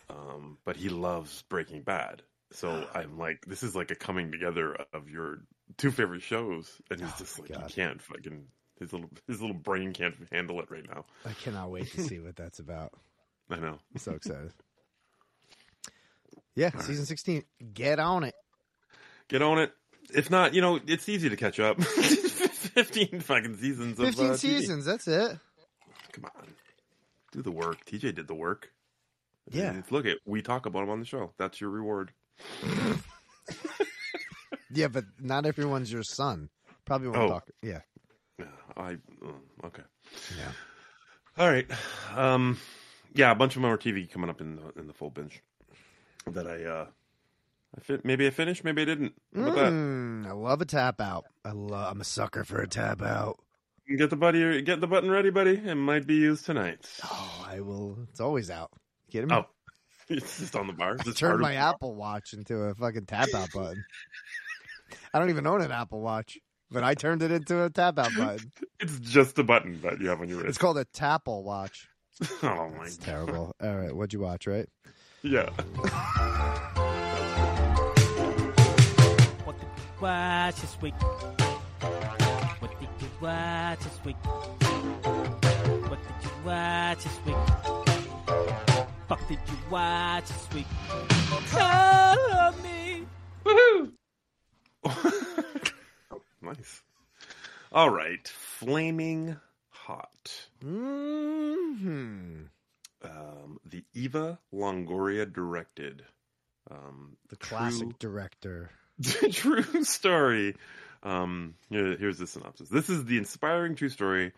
um, but he loves Breaking Bad. So I'm like, this is like a coming together of your two favorite shows, and he's
Oh,
just
my
like,
God.
he can't fucking his little his little brain can't handle it right now.
I cannot wait to see what that's about.
I know.
I'm so excited. Yeah, season sixteen. Get on it.
Get on it. If not, you know, it's easy to catch up. Fifteen fucking seasons. of,
Fifteen
uh, TV.
seasons. That's it.
Come on, do the work. TJ did the work.
Yeah.
And look at we talk about him on the show. That's your reward.
Yeah, but not everyone's your son. Probably won't
Oh.
talk. Yeah.
I mm, okay.
Yeah.
All right. Um, yeah, a bunch of more TV coming up in the in the full binge that I uh, I fit, maybe I finished, maybe I didn't. How about that?
Mm, I love a tap out. I love. I'm a sucker for a tap out. Mm.
Get the buddy, get the button ready, buddy. It might be used tonight.
Oh, I will. It's always out. Get him.
Oh, it's just on the bar. It's
Mm. I
just
turned
part
my
of-
Apple Watch into a fucking tap out button. I don't even own an Apple Watch, but I turned it into a tap out button.
It's just a button that you have on your
It's
wrist.
called a Tapple Watch.
oh my!
It's terrible. All right, what'd you watch? Right?
Yeah.
What did you watch this week? What did you watch this week? What did you watch this week? Fuck did you watch this week? Tell me.
nice. All right, flaming hot. Mm-hmm.
Hmm.
Um, the Eva Longoria directed. Um,
The classic
true-
director.
true story. Um, here- here's the synopsis. This is the inspiring true story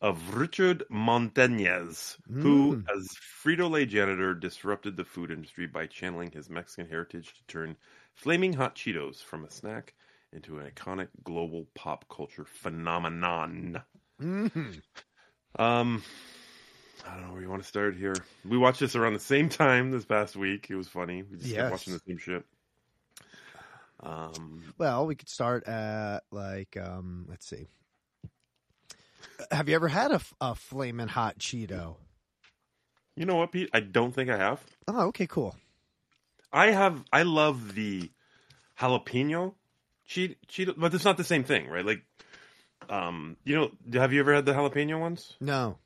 of Richard Montañez, who, as Frito Lay janitor, disrupted the food industry by channeling his Mexican heritage to turn flaming hot Cheetos from a snack into an iconic global pop culture phenomenon.
Mhm.
Um, I don't know where you want to start here. We watched this around the same time this past week. It was funny. We just
Yes.
kept watching the same shit. Um,
Well, we could start at like um, let's see. Have you ever had a, f- a flaming hot Cheeto?
you know what, Pete? I don't think I have.
Oh, okay, cool.
I have. I love the jalapeno cheat cheeto, but it's not the same thing, right? Like, um, you know, have you ever had the jalapeno ones?
No,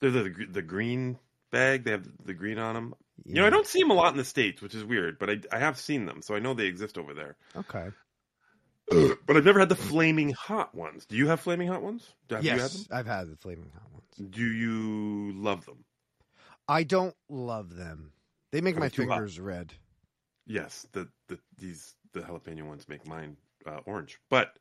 They're the gr- the green bag. They have the green on them. You know, I don't see them a lot in the states, which is weird, but I I have seen them, so I know they exist over there.
Okay.
But I've never had the flaming hot ones. Do you have flaming hot ones? Do- Have you had
yes,
them?
I've had the flaming hot ones.
Do you love them?
I don't love them. They make
They're
my
too hot.
fingers red.
Yes, the the these the jalapeno ones make mine uh, orange. But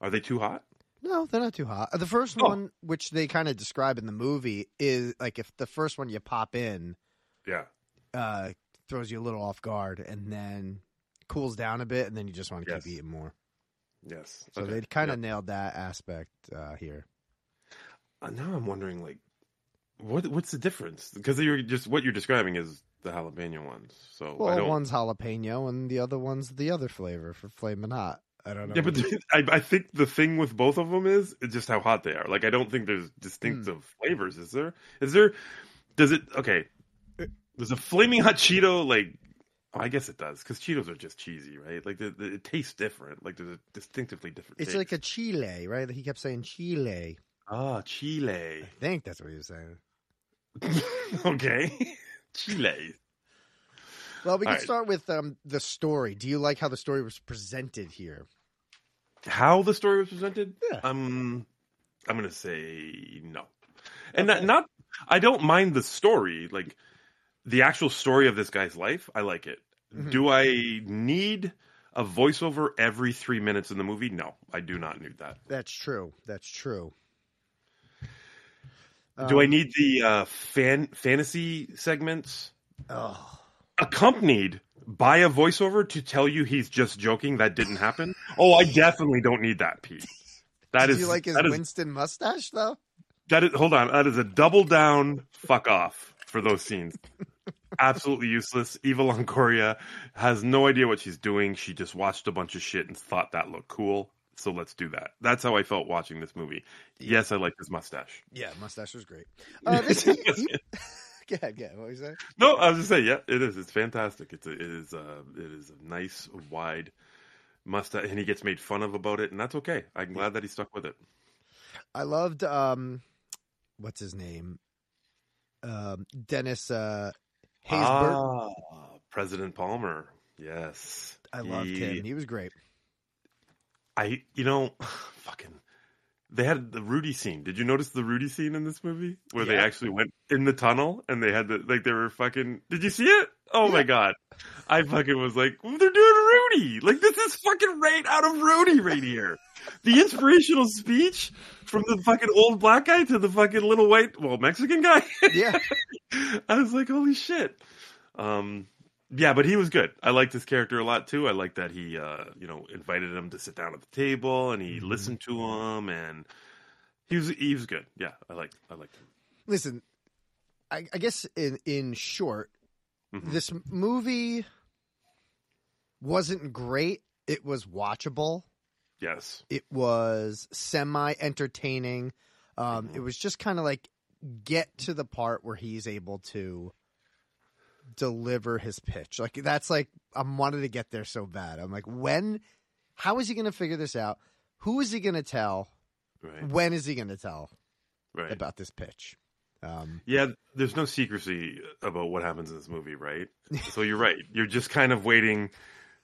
are they too hot?
No, they're not too hot. The first
Oh.
one, which they kind of describe in the movie, is like if the first one you pop in
Yeah.
uh, throws you a little off guard, and then cools down a bit, and then you just want to
Yes.
keep eating more.
Yes.
So
Okay.
they kind
Yeah.
of nailed that aspect uh, here.
Uh, now I'm wondering, like, what what's the difference? Because you're just what you're describing is the jalapeno ones. So Oh, I
Well,
don't.
one's jalapeno, and the other one's the other flavor for flaming hot. I don't know.
Yeah, but I, I think the thing with both of them is it's just how hot they are. Like, I don't think there's
Hmm.
distinctive flavors. Is there? Is there? Does it? Okay. Does a flaming hot Cheeto like? Oh, I guess it does because Cheetos are just cheesy, right? Like, the, the, it tastes different. Like, there's a distinctively different.
it's like a chile, right? He kept saying chile.
ah Chile.
I think that's what he was saying.
okay, Chile.
Well, we
All
can
right.
start with um, the story. Do you like how the story was presented here?
how the story was presented
Yeah.
um i'm gonna say no and not, not i don't mind the story like the actual story of this guy's life i like it
Mhm.
do i need a voiceover every three minutes in the movie no i do not need that
That's true. That's true.
do i
Um,
need the uh fan fantasy segments
Oh,
accompanied by a voiceover to tell you he's just joking that didn't happen oh i definitely don't need that pete That
do
is
you like his
that is
Winston mustache though?
That is hold on. That is a double down fuck off for those scenes. Absolutely useless. Eva Longoria has no idea what she's doing. She just watched a bunch of shit and thought that looked cool. So let's do that. That's how I felt watching this movie. Yes, I like his mustache.
Yeah, mustache was great. Uh, this, he, he, go ahead, go ahead. What was that?
No, I was just saying, yeah, it is. It's fantastic. It's a, it is a, it is a nice wide mustache, and he gets made fun of about it, and that's okay. I'm glad that he stuck with it.
I loved um, what's his name? Um, Dennis uh, Haysbert.
Ah, President Palmer. Yes,
I loved
He-
him. He was great.
I you know, fucking they had the Rudy scene. Did you notice the Rudy scene in this movie where they
Yeah.
actually went in the tunnel and they had the like they were fucking Did you see it? Oh my god. I fucking was like, they're doing Rudy. Like this is fucking right out of Rudy right here. the inspirational speech from the fucking old black guy to the fucking little white, well, Mexican guy.
Yeah,
I was like, holy shit. Um, yeah, but he was good. I liked his character a lot too. I liked that he, uh, you know, invited him to sit down at the table and he
Mhm.
listened to him and he was he was good. Yeah, I liked I liked him.
listen, I, I guess in in short,
Mhm.
this movie wasn't great. It was watchable.
Yes,
It was semi entertaining. Um,
Mhm.
It was just kind of like get to the part where he's able to deliver his pitch. Like that's like I wanted to get there so bad. I'm like, when? How is he going to figure this out? Who is he going to tell?
right,
When is he going to tell
right.
about this pitch? Um,
Yeah, there's no secrecy about what happens in this movie, right? so you're right. You're just kind of waiting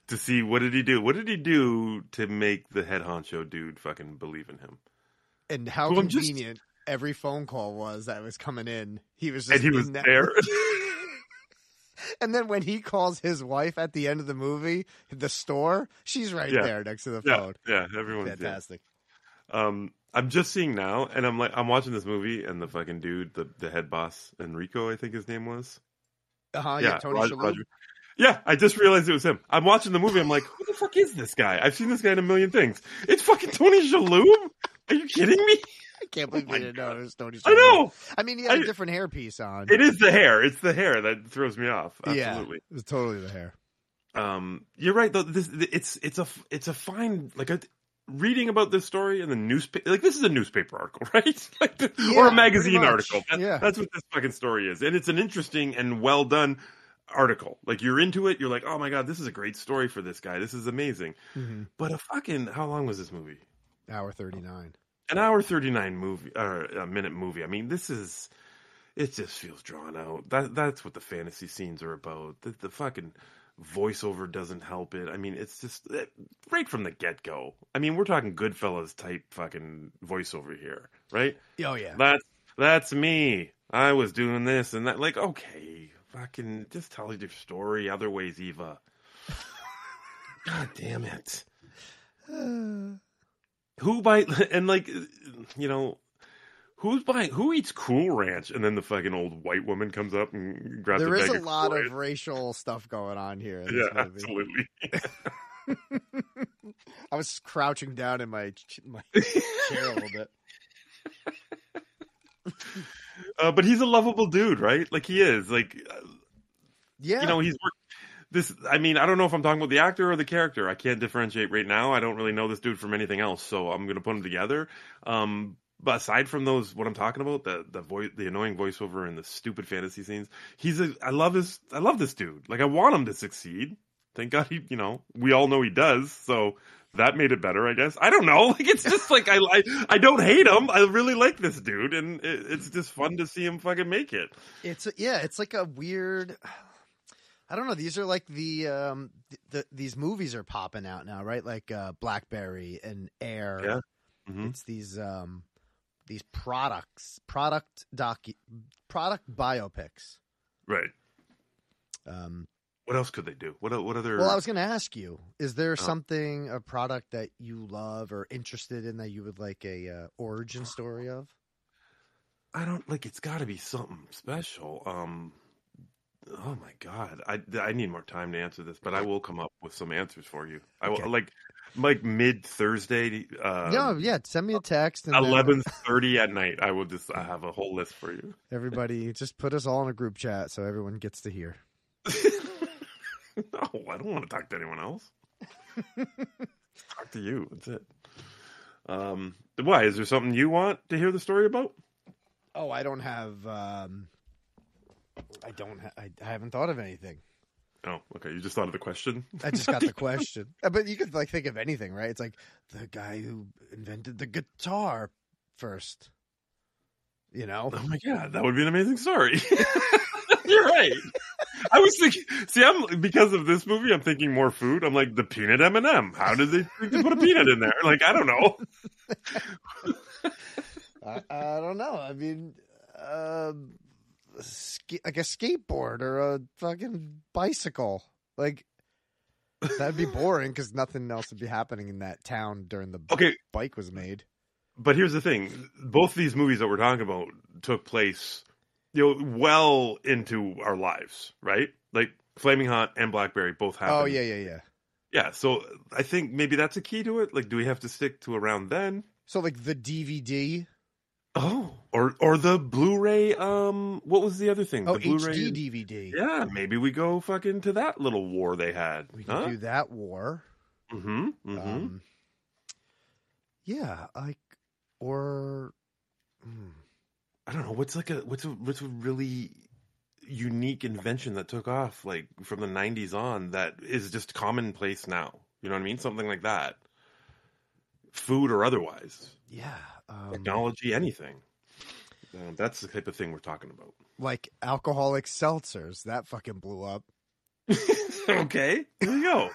to see what did he do? What did he do to make the head honcho dude fucking believe in him?
and how
Well, I'm just-
convenient every phone call was that was coming in. He was just
And he was
in that-
there.
And then when he calls his wife at the end of the movie, the store, she's right
Yeah.
there next to the
yeah,
phone.
yeah, everyone's yeah.
Oh, Fantastic.
Um, I'm just seeing now, and I'm like, I'm watching this movie, and the fucking dude, the, the head boss, Enrico, I think his name was.
Uh-huh, yeah, Tony
Roger-
Shalhoub.
Roger. Yeah, I just realized it was him. I'm watching the movie. I'm like, who the fuck is this guy? I've seen this guy in a million things. It's fucking Tony Shalhoub. Are you kidding me?
I can't believe
Oh my
we didn't know it was Tony
I
Shalhoub.
know
I mean, he had a
I-
different hairpiece on.
it is the hair. It's the hair that throws me off.
Yeah.
Absolutely.
It was totally the hair.
Um, you're right though. This it's it's a it's a fine like a, reading about this story in the newspaper. Like this is a newspaper article, right? like, the- or
Yeah,
a magazine
pretty much.
article. That-
Yeah.
that's what this fucking story is, and it's an interesting and well done article. Like you're into it. You're like, oh my god, this is a great story for this guy. This is amazing.
Mhm.
But a fucking how long was this movie?
Hour thirty nine.
an hour 39 movie or a minute movie i mean this is it just feels drawn out that that's what the fantasy scenes are about the, the fucking voiceover doesn't help it i mean it's just eh, right from the get-go i mean we're talking goodfellas type fucking voiceover here right
Oh yeah.
that's that's me i was doing this and that like okay fucking just tell your story other ways eva god damn it who buy and like you know who's buying who eats cool ranch and then the fucking old white woman comes up and grabs
there
a
is
bag
a lot
Cool
of
Ranch.
racial stuff going on here. In this
yeah
movie.
absolutely
I was crouching down in my ch- my chair a little bit.
uh, but he's a lovable dude right like he is like uh,
Yeah.
you know he's work- this i mean i don't know if i'm talking about the actor or the character i can't differentiate right now i don't really know this dude from anything else so i'm gonna put them together um but aside from those what i'm talking about the the voice the annoying voiceover and the stupid fantasy scenes he's a i love his i love this dude like i want him to succeed thank god he you know we all know he does so that made it better i guess i don't know like it's just like i i, I don't hate him i really like this dude and it, it's just fun to see him fucking make it
It's yeah, it's like a weird. I don't know. These are like the um th- the these movies are popping out now, right? Like uh, BlackBerry and Air.
Yeah. Mhm.
It's these um these products, product docu, product biopics.
right
Um,
what else could they do what o- what other
well, I was going to ask you: Is there something a product that you love or interested in that you would like a uh, origin story of?
I don't like it's got to be something special. Um oh my god. I I need more time to answer this, but I will come up with some answers for you. I
Okay.
will like like mid Thursday uh
no, yeah. Send me a text. And then
11:30 at night. I will just I have a whole list for you.
Everybody, just put us all in a group chat so everyone gets to hear.
no, I don't want to talk to anyone else. talk to you. That's it. Um why is there something you want to hear the story about?
Oh, I don't have. Um, I don't. Ha- I, I haven't thought of anything.
Oh, okay. You just thought of the question.
I just got the question. Uh, But you could like think of anything, right? It's like the guy who invented the guitar first. You know,
Oh my god, that would be an amazing story. You're right. I was thinking. See, I'm because of this movie, I'm thinking more food. I'm like the peanut M and m How did they think to put a peanut in there? Like I don't know.
I, I don't know. I mean, um, sk- like a skateboard or a fucking bicycle. Like that'd be boring because nothing else would be happening in that town during the
Okay,
bike was made.
but here's the thing: both these movies that we're talking about took place, you know, well into our lives, right? Like Flaming Hot and Blackberry both happened.
Oh yeah, yeah, yeah.
yeah. So I think maybe that's a key to it. Like, do we have to stick to around then?
So like the DVD,
Oh, or or the Blu-ray. Um, what was the other thing?
oh
the Blu-ray
HD DVD.
Yeah, maybe we go fucking to that little war they had.
We can do that war.
hmm hmm
Um, yeah, like or hmm.
I don't know what's like a what's a what's a really unique invention that took off like from the '90s on that is just commonplace now. You know what I mean? Something like that, food or otherwise,
yeah, um,
technology, anything. Um, that's the type of thing we're talking about.
like alcoholic seltzers that fucking blew up.
okay, here you go.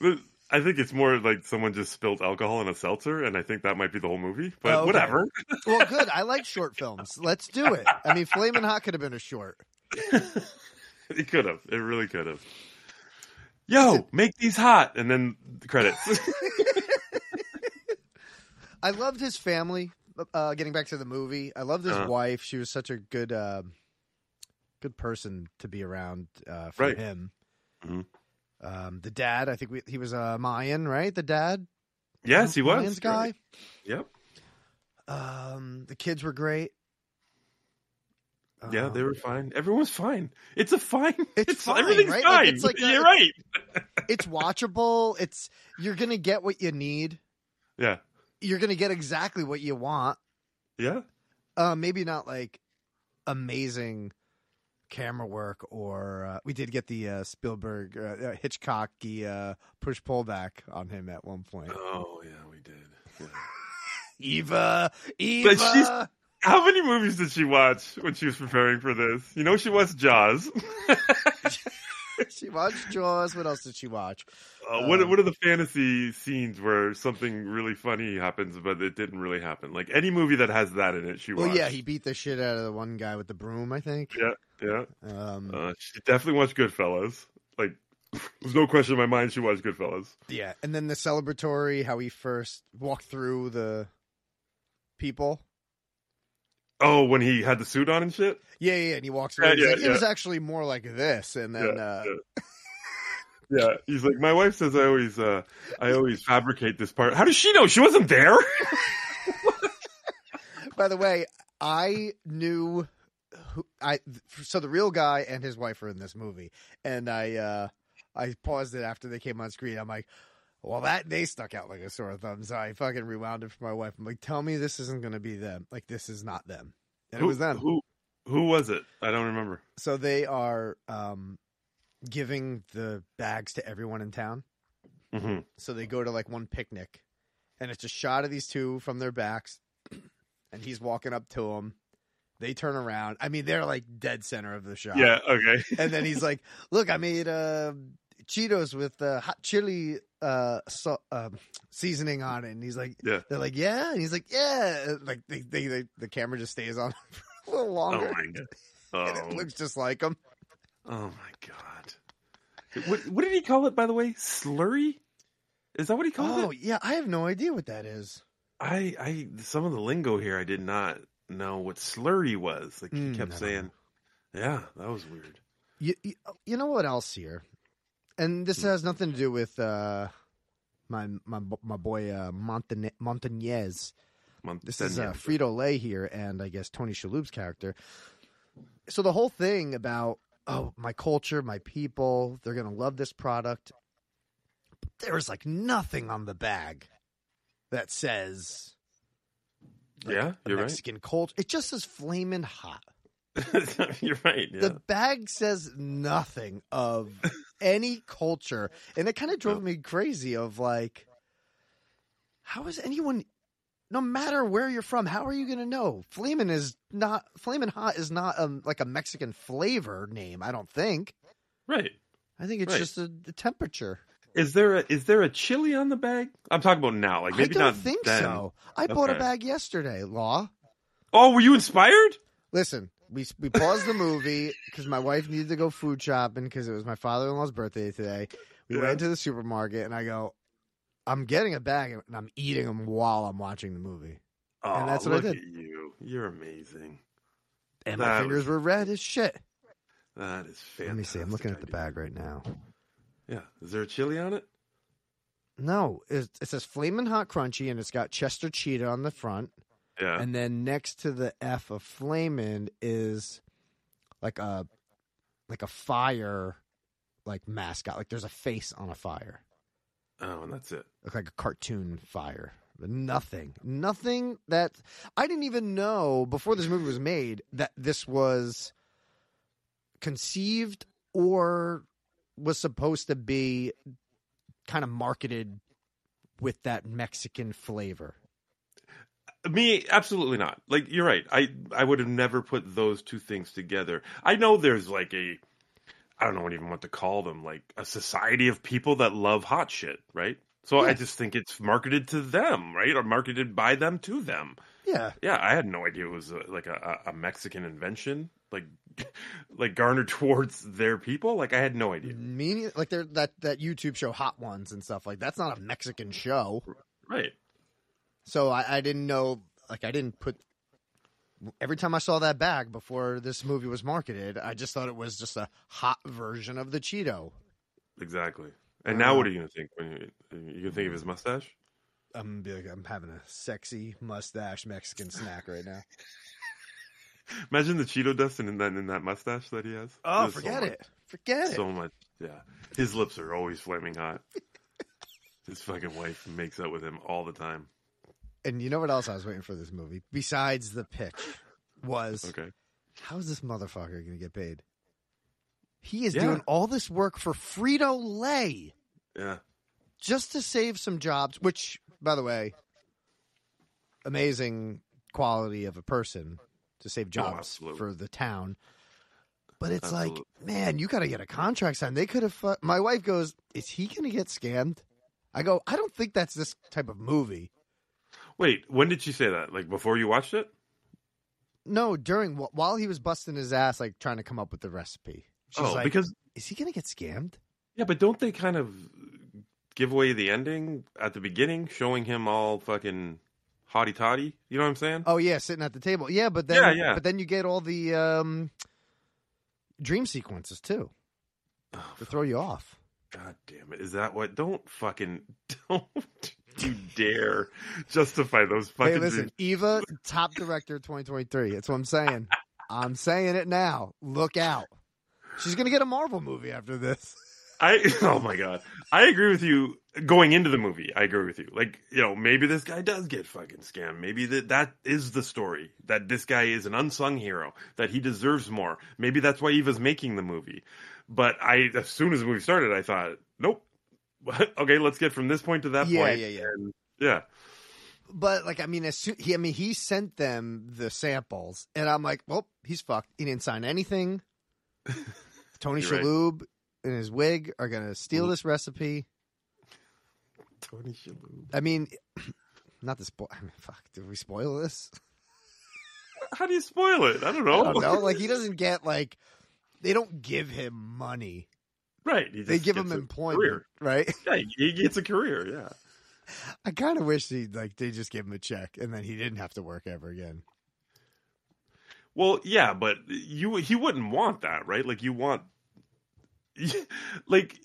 But I think it's more like someone just spilled alcohol in a seltzer, and I think that might be the whole movie. But
Oh, Okay.
whatever.
Well, good. I like short films. Let's do it. I mean, Flamin' Hot could have been a short.
It could have. It really could have. Yo, make these hot, and then the credits.
I loved his family. Uh, getting back to the movie, I loved his
Uh-huh.
wife. She was such a good, uh, good person to be around uh, for
Right.
him.
Mhm.
Um, the dad, I think we, he was a Mayan, right? The dad,
yes, he was.
Mayan's guy.
Yep.
Um, the kids were great.
Yeah, they were fine. Everyone's fine. It's a fine.
It's fine,
everything's
right? Like,
fine.
it's like a-
You're right.
Um, It's watchable. It's you're gonna get what you need.
Yeah,
You're gonna get exactly what you want.
yeah.
Uh, maybe not like amazing camera work, or uh, we did get the uh, Spielberg uh, uh, Hitchcocky uh, push pullback on him at one point.
Oh yeah, we did. Yeah.
Eva, Eva.
But she's- How many movies did she watch when she was preparing for this? You know, she watched Jaws.
she watched Jaws. What else did she watch?
Uh, what
Um,
what are the fantasy scenes where something really funny happens, but it didn't really happen? Like any movie that has that in it, she
Well,
watched.
yeah, he beat the shit out of the one guy with the broom, I think.
Yeah. yeah.
Um,
Uh, she definitely watched Goodfellas. Like, there's no question in my mind she watched Goodfellas.
yeah, and then the celebratory, how he first walked through the people.
Oh, when he had the suit on and shit.
Yeah, yeah, and he walks
Yeah,
away. He's
yeah,
like, It
yeah.
was actually more like this, and then
yeah,
uh,
yeah. Yeah, he's like, my wife says I always, uh, I always fabricate this part. How does she know she wasn't there?
By the way, I knew who I so the real guy and his wife are in this movie, and I uh I paused it after they came on screen. I'm like, well, that they stuck out like a sore thumb, so I fucking rewound it for my wife. I'm like, tell me this isn't gonna be them. Like this is not them. And it was them.
Who, who was it? I don't remember.
So they are um giving the bags to everyone in town.
hmm
So they go to like one picnic, and it's a shot of these two from their backs, and he's walking up to them. They turn around. I mean, they're like dead center of the shot.
Yeah. Okay.
And then he's like, "Look, I made uh, Cheetos with uh, hot chili uh, so, um, seasoning on it." And he's like,
Yeah.
"They're like, yeah." And he's like, "Yeah." Like they, they, they the camera just stays on for a little
Oh
longer,
my god.
and
Oh,
it looks just like him.
oh my god. What, what did he call it, by the way? Slurry? Is that what he called
Oh
it?
yeah, I have no idea what that is.
I, I, some of the lingo here, I did not know what slurry was. Like
Mm,
he kept
I don't
saying, "Yeah, that was weird."
You, you, you know what else here, and this has nothing to do with uh, my my bo- my boy uh, Montane- Montañez.
Mon-
This is
then-
uh, Frito Lay here, and I guess Tony Shalhoub's character. So the whole thing about oh my culture, my people, they're gonna love this product. But there is like nothing on the bag that says
yeah, you're right.
Mexican culture. It just says flaming hot.
You're right. Yeah.
the bag says nothing of any culture and it kind of drove
No.
me crazy of like how is anyone no matter where you're from how are you going to know flamin is not flamin hot is not um, like a mexican flavor name i don't think
Right.
i think it's
Right.
just a, the temperature
Is there a is there a chili on the bag? I'm talking about now. Like maybe
i don't
not
think
then.
so i bought a
Okay.
bag yesterday law
Oh, were you inspired?
Listen, we we paused the movie because my wife needed to go food shopping because it was my father in law's birthday today. We
Yeah.
went into the supermarket and I go, I'm getting a bag and I'm eating them while I'm watching the movie.
Oh,
And that's what I
look
did.
At you, you're amazing.
And my
That
fingers
was-
were red as shit.
That is fantastic.
Let me see. I'm looking at the
idea.
bag right now.
Yeah. Is there a chili on it?
No, it, it says Flamin' Hot Crunchy and it's got Chester Cheetah on the front.
Yeah.
And then next to the F of Flamin' is like a like a fire like mascot. Like there's a face on a fire.
oh, and that's it.
look like a cartoon fire. But nothing, nothing that I didn't even know before this movie was made that this was conceived or was supposed to be kind of marketed with that Mexican flavor.
Me, absolutely not. Like you're right. I I would have never put those two things together. I know there's like a I don't know even what to call them, like a society of people that love hot shit, right? So I
Yeah.
just think it's marketed to them, right? Or marketed by them to them.
Yeah,
Yeah, I had no idea it was a, like a, a a Mexican invention, like like garnered towards their people. Like I had no idea.
meaning like there that that YouTube show Hot Ones and stuff like that's not a Mexican show.
Right.
So I, I didn't know, like, I didn't put. Every time I saw that bag before this movie was marketed, I just thought it was just a hot version of the Cheeto.
Exactly. And
Uh,
now what are you gonna think when you you gonna think of his mustache?
I'm gonna be like, I'm having a sexy mustache Mexican snack right now.
Imagine the Cheeto dust in that in that mustache that he has.
Oh,
There's so
forget
much-
it. Forget it.
So much. Yeah. His lips are always flaming hot. His fucking wife makes out with him all the time.
And you know what else I was waiting for this movie besides the pitch was
Okay.
how is this motherfucker going to get paid? He is
Yeah.
doing all this work for Frito Lay
Yeah.
just to save some jobs, which, by the way, amazing quality of a person
Oh,
to save jobs
absolutely.
for the town. But it's
Absolutely.
like, man, you got to get a contract signed. They could have. Fu- My wife goes, "Is he going to get scammed?" I go, "I don't think that's this type of movie."
Wait, when did she say that? Like before you watched it?
No, during wh- while he was busting his ass, like trying to come up with the recipe. She's
oh,
like,
because
is he going to get scammed?
yeah, but don't they kind of give away the ending at the beginning, showing him all fucking hottie toddy? You know what I'm saying?
Oh yeah, sitting at the table. Yeah, but then
Yeah, yeah.
but then you get all the um, dream sequences too to throw you off.
God damn it! Is that what? Don't fucking don't you dare justify those fucking.
hey, listen, Eva, top director 2023. That's what I'm saying. I'm saying it now. Look out. She's going to get a Marvel movie after this.
I oh my god, I agree with you. Going into the movie, I agree with you. Like you know, maybe this guy does get fucking scammed. Maybe that that is the story that this guy is an unsung hero that he deserves more. Maybe that's why Eva's making the movie. But I, as soon as the movie started, I thought, nope. okay, let's get from this point to that
Yeah,
point.
yeah, yeah.
and- yeah.
But like, I mean, as soon, he, I mean, he sent them the samples, and I'm like, well, he's fucked. He didn't sign anything. Tony
You're right. Mm.
Shalhoub and his wig are going to steal this recipe.
Tony Shalhoub.
I mean, not the spoil. I mean, fuck, did we spoil this?
How do you spoil it? I don't know.
I don't know. Like, he doesn't get like they don't give him money.
right. he
They
just
give
gets
him
a
employment,
career.
right?
Yeah, he gets a career. Yeah.
I kind of wish he like they just gave him a check and then he didn't have to work ever again.
Well, yeah, but you he wouldn't want that, right? Like you want like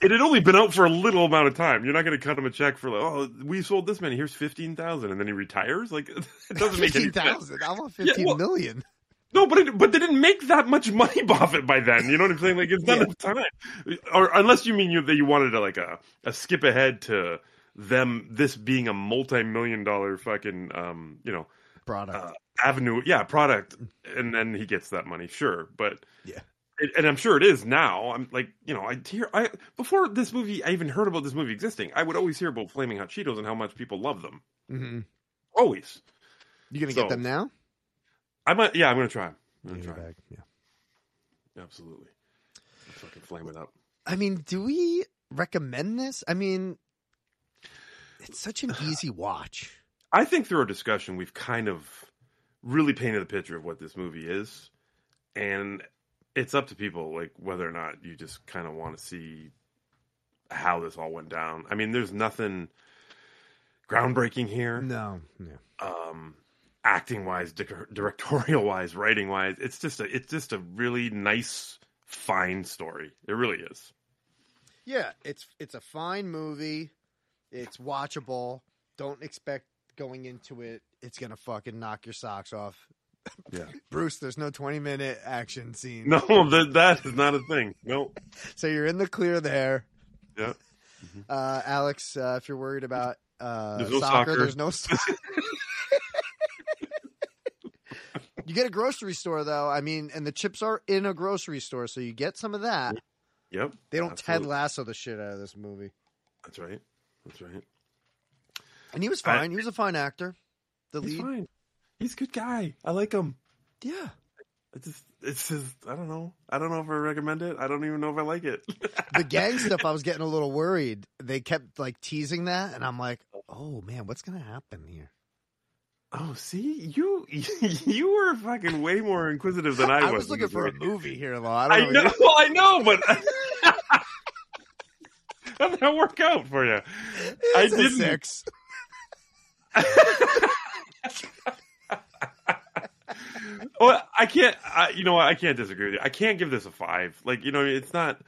it had only been out for a little amount of time. You're not going to cut him a check for like, oh, we sold this many. Here's fifteen thousand, and then he retires. Like it doesn't make
fifteen
any sense.
thousand. I want
Yeah,
fifteen
well-
million.
No, but it, but they didn't make that much money off it by then. You know what I'm saying? Like it's not
Yeah.
enough time. Or unless you mean you that you wanted to like a, a skip ahead to them this being a multi million dollar fucking um you know
product.
Uh, avenue yeah product and then he gets that money sure but
Yeah.
it, and i'm sure it is now i'm like you know i hear i before this movie i even heard about this movie existing i would always hear about flaming hot cheetos and how much people love them
mm-hmm.
always
You gonna
So-
get them now?
i might yeah i'm gonna try 'em. i'm gonna
Get it
try 'em.
back, yeah.
absolutely fucking flame it up
I mean, do we recommend this? I mean, it's such an easy watch.
I think through our discussion, we've kind of really painted the picture of what this movie is, and it's up to people like whether or not you just kind of want to see how this all went down. I mean, there's nothing groundbreaking here,
No, no.
um, acting wise, directorial wise, writing wise. It's just a it's just a really nice, fine story. It really is.
Yeah, it's it's a fine movie. It's watchable. Don't expect going into it it's gonna fucking knock your socks off.
Yeah.
Bruce, there's no 20 minute action scene.
No, that that is not a thing. No.
So you're in the clear there.
Yeah.
Uh, Alex, uh, if you're worried about uh,
There's no
soccer,
soccer.
there's no soccer. you get a grocery store, though. I mean, and the chips are in a grocery store, so you get some of that.
Yep.
They don't
Absolutely.
Ted Lasso the shit out of this movie.
That's right. That's right.
And he was
I-
fine. he was a fine actor. The
He's
lead.
fine. He's a good guy. I like him.
Yeah.
It's just, it's just, I don't know. I don't know if I recommend it. I don't even know if I like it.
The gang stuff, I was getting a little worried. They kept like teasing that, and I'm like, oh man, what's going to happen here?
oh, see, you you were fucking way more inquisitive than I,
I, was
in
looking
this
for a
movie.
movie here, though. I
I
don't know.
know. Well, I know, but how'd that work out for you? I
It's a
didn't.
Six.
Well, Oh, I can't. I, you know, what? I can't disagree with you. I can't give this a five. Like, you know, it's not.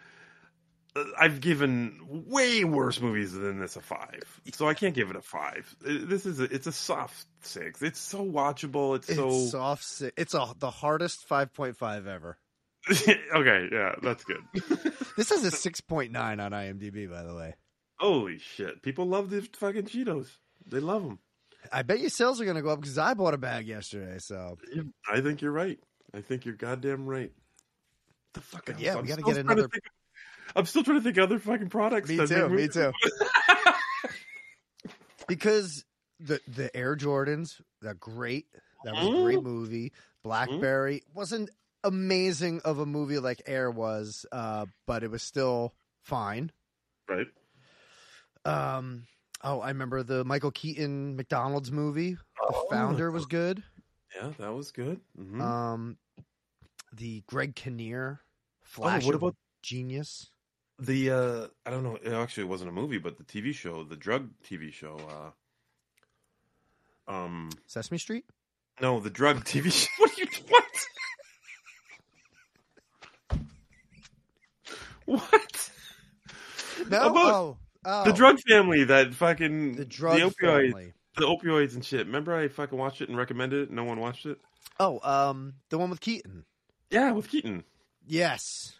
I- I've given way worse movies than this a five, so I can't give it a five. It- This is a, it's a soft six. It's so watchable. It's,
It's
so
soft. si- It's a, the hardest 5.5 ever.
okay. Yeah, that's good.
This is a 6.9 on IMDb, by the way.
Holy shit! People love the fucking Cheetos. They love them.
I bet your sales are going to go up because I bought a bag yesterday. So
I think you're right. I think you're goddamn right. The fuck?
But
else?
yeah,
I'm
we gotta
still
get
trying to
another-
think of- I'm still trying to think of other fucking products.
me
that
too,
make
me
movies.
too. because the the Air Jordans, that great, that was a great movie. Blackberry wasn't amazing of a movie like Air was, uh, but it was still fine.
Right.
Um, oh, I remember the Michael Keaton McDonald's movie. The
Oh.
Founder was good.
Yeah, that was good. Mhm.
Um, the Greg Kinnear
Oh, what
Flash. of
about-
Genius?
the uh I don't know. It actually wasn't a movie, but the TV show, the drug TV show. uh Um,
Sesame Street?
no, the drug TV show. What? Are you, what? what?
No.
about
oh, oh,
The drug family that fucking
The drug
the opioids
family.
the opioids and shit. Remember, I fucking watched it and recommended it. No one watched it.
Oh, um, the one with Keaton.
Yeah, with Keaton.
Yes.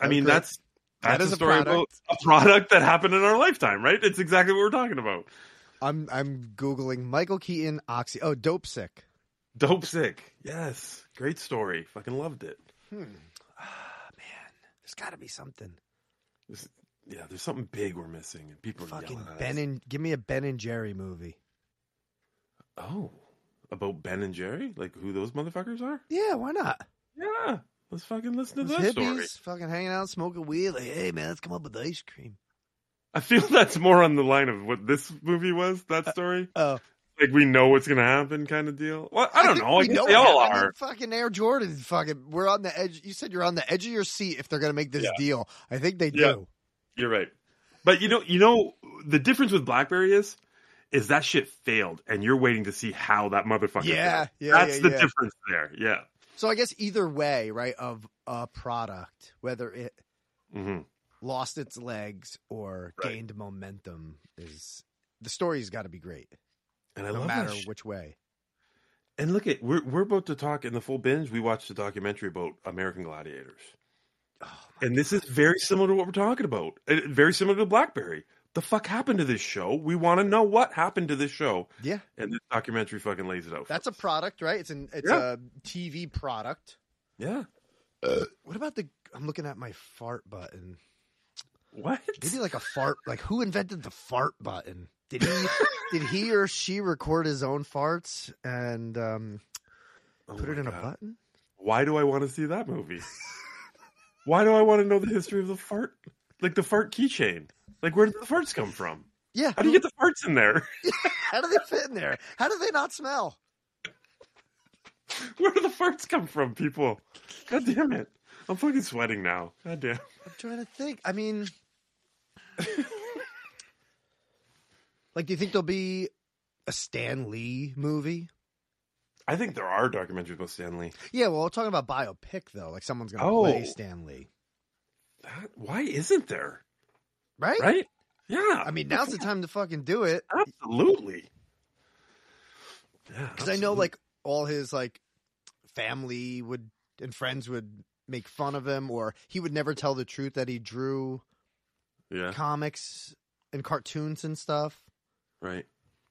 I mean,
Okay.
that's that's
Oh, That is
a
a
story about
product.
a product that happened in our lifetime, right? It's exactly what we're talking about.
I'm I'm googling Michael Keaton oxy. Oh, dope sick.
Dope sick. Yes, great story. Fucking loved it.
There's got to be something.
This- yeah, there's something big we're missing, and people are
Fucking
yelling at
Ben
us.
and give me a Ben and Jerry movie.
Oh, about Ben and Jerry, like who those motherfuckers are?
Yeah, why not?
Yeah, let's fucking listen
Those
to that
hippies
story.
fucking hanging out, smoking weed. Like, hey man, let's come up with ice cream.
I feel that's more on the line of what this movie was. That story,
Oh,
like we know what's gonna happen, kind of deal. Well, I don't
think
know. I
Oh. we
guess they all
I mean,
are.
fucking Air Jordan. Fucking, we're on the edge. You said you're on the edge of your seat if they're gonna make this
Yeah.
deal. I think they
Yeah.
do.
You're right. But you know, you know, the difference with BlackBerry is, is that shit failed, and you're waiting to see how that motherfucker.
Yeah,
failed.
yeah,
that's
yeah,
the
yeah.
difference there. Yeah.
So I guess either way, right? Of a product, whether it
hmm
lost its legs or
Right.
gained momentum, is the story's got to be great,
And I
no
love
matter
that shit.
which way.
And look at we're we're about to talk in the full binge. We watched a documentary about American gladiators, Oh and this is very similar to what we're talking about. Uh, Very similar to BlackBerry. The fuck happened to this show? We want to know what happened to this show,
Yeah,
and this documentary fucking lays it out. for
that's a
us.
product, right? It's an it's
Yeah.
a TV product.
yeah.
What about the? I'm looking at my fart button.
What?
Maybe like a fart. Like who invented the fart button? Did he? did he or she record his own farts and um,
Oh
put it
my
in a
God.
button?
Why do I want to see that movie? Why do I want to know the history of the fart? Like the fart keychain. Like where did the farts come from?
Yeah.
How do you get the farts in there?
How do they fit in there? How do they not smell?
Where do the farts come from, people? God damn it. I'm fucking sweating now. God damn.
I'm trying to think. I mean, like, do you think there'll be a Stan Lee movie?
I think there are documentaries about Stanley.
Yeah, well, we're talking about biopic though. Like, someone's gonna
Oh.
play Stan Lee,
That, why isn't there?
right?
Right? Yeah.
I mean, now's the time to fucking do it
absolutely. Yeah.
because I know like all his like family would and friends would make fun of him, or he would never tell the truth that he drew
Yeah.
comics and cartoons and stuff.
Right.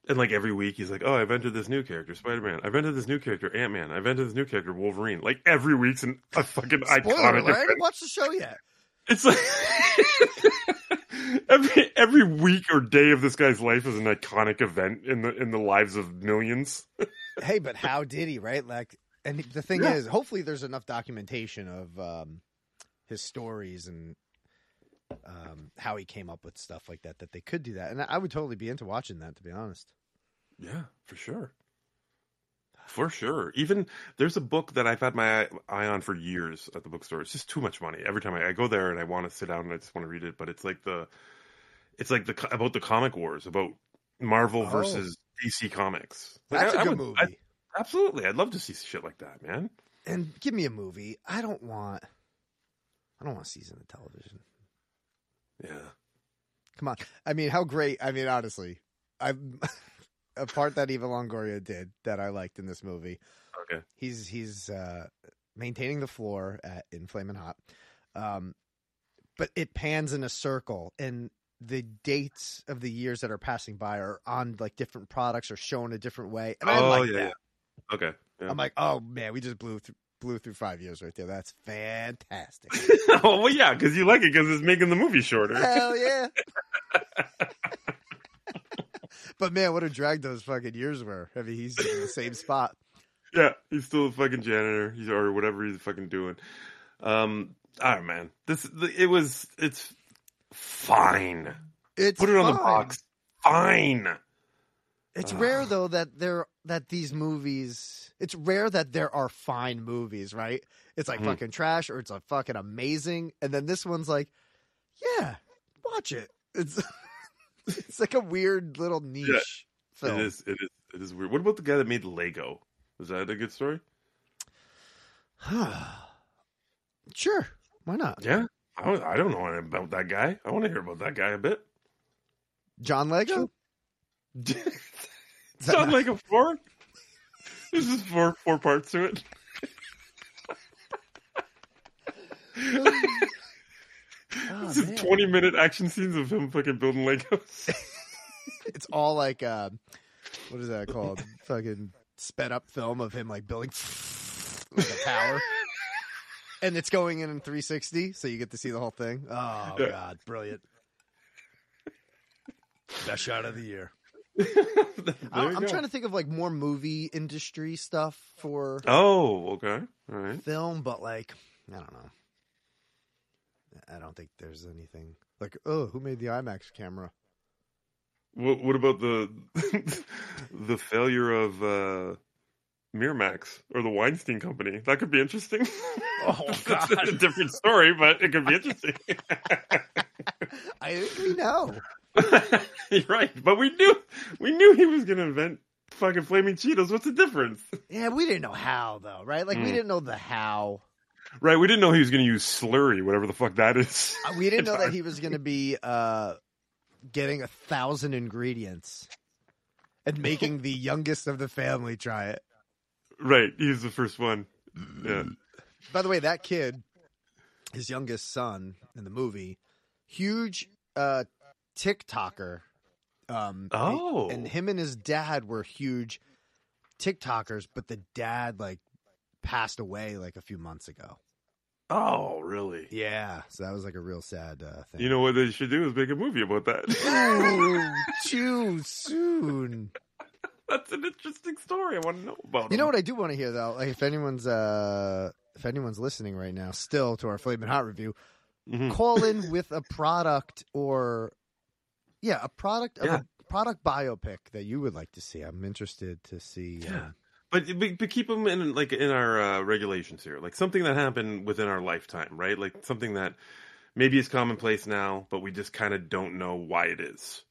And like every week, he's like, "Oh, I've entered this new character, Spider-Man. I've entered this new character, Ant-Man. I've entered this new character, Wolverine." Like every week's an, a fucking
Spoiler
iconic.
alert! I
event.
didn't watch the show yet.
It's like every every week or day of this guy's life is an iconic event in the in the lives of millions.
hey, but how did he, right? Like, and the thing
Yeah.
is, hopefully, there's enough documentation of um, his stories and um, how he came up with stuff like that that they could do that. And I would totally be into watching that, to be honest.
Yeah, for sure. For sure. Even there's a book that I've had my eye- eye on for years at the bookstore. It's just too much money. Every time I, I go there and I want to sit down and I just want to read it, but it's like the, it's like the co- about the comic wars about Marvel
Oh.
versus DC Comics. Like,
That's
I-
a
I
good
would-
movie.
I- absolutely, I'd love to see shit like that, man.
and give me a movie. I don't want. I don't want a season of television.
Yeah,
Come on. I mean, how great. I mean, honestly, I a part that Eva Longoria did that I liked in this movie.
Okay.
He's he's uh maintaining the floor at in Flamin' Hot. Um but it pans in a circle and the dates of the years that are passing by are on like different products or shown a different way. And I
Oh,
like
yeah,
that.
yeah. Okay. yeah.
I'm like, oh man, we just blew through blew through five years right there. That's fantastic.
oh, well, yeah, because you like it because it's making the movie shorter.
Hell yeah. but man, what a drag those fucking years were. I mean, he's in the same spot.
yeah, he's still a fucking janitor, he's or whatever he's fucking doing. Um, all right, man, this it was it's fine.
It's
Put it on the
fine.
box. Fine.
It's
Ugh.
rare though that there that these movies. It's rare that there are fine movies, right? It's like
Mhm.
fucking trash or it's a fucking amazing, and then this one's like, yeah, watch it. It's it's like a weird little niche film.
It is. It is. It is weird. What about the guy that made Lego? Is that a good story?
sure, why not?
Yeah. I, don't- I don't know anything about that guy. I want to hear about that guy a bit.
John Lego. Is that
Sound
not-
like a four? This is four four parts to it.
Oh,
this is
man.
twenty minute action scenes of him fucking building Legos.
it's all like uh, what is that called? Fucking sped up film of him like building like a tower, and it's going in in 360, so you get to see the whole thing. Oh
Yeah.
god, brilliant! Best shot of the year. I, Oh, I'm trying to think of like more movie industry stuff for
Oh, okay. All right.
film, but like I don't know. I don't think there's anything like oh, who made the IMAX camera?
What, what about the the failure of uh, Miramax or the Weinstein Company? That could be interesting.
Oh,
That's
God.
a different story, but it could be interesting.
I think we know.
You're right, but we knew we knew he was gonna invent fucking flaming Cheetos. What's the difference?
Yeah, we didn't know how though, right? Like we
Mm.
didn't know the how.
Right, we didn't know he was going to use slurry, whatever the fuck that is.
Uh, We didn't know that he was going to be uh, getting a thousand ingredients and making the youngest of the family try it.
Right, he's the first one. Yeah.
By the way, that kid, his youngest son in the movie, huge uh, TikToker. Um,
Oh.
and him and his dad were huge TikTokers, but the dad like passed away like a few months ago.
Oh, really?
Yeah, so that was like a real sad uh, thing.
You know what they should do is make a movie about that.
Ooh, too soon.
That's an interesting story. I want to know about.
You know what I do want to hear though? Like if anyone's uh if anyone's listening right now still to our Flamin' Hot review,
Mhm.
call in with a product or yeah, a product of
Yeah.
a product biopic that you would like to see. I'm interested to see. uh,
Yeah. But, but but keep them in like in our uh, regulations here, like something that happened within our lifetime, right? Like something that maybe is commonplace now, but we just kind of don't know why it is.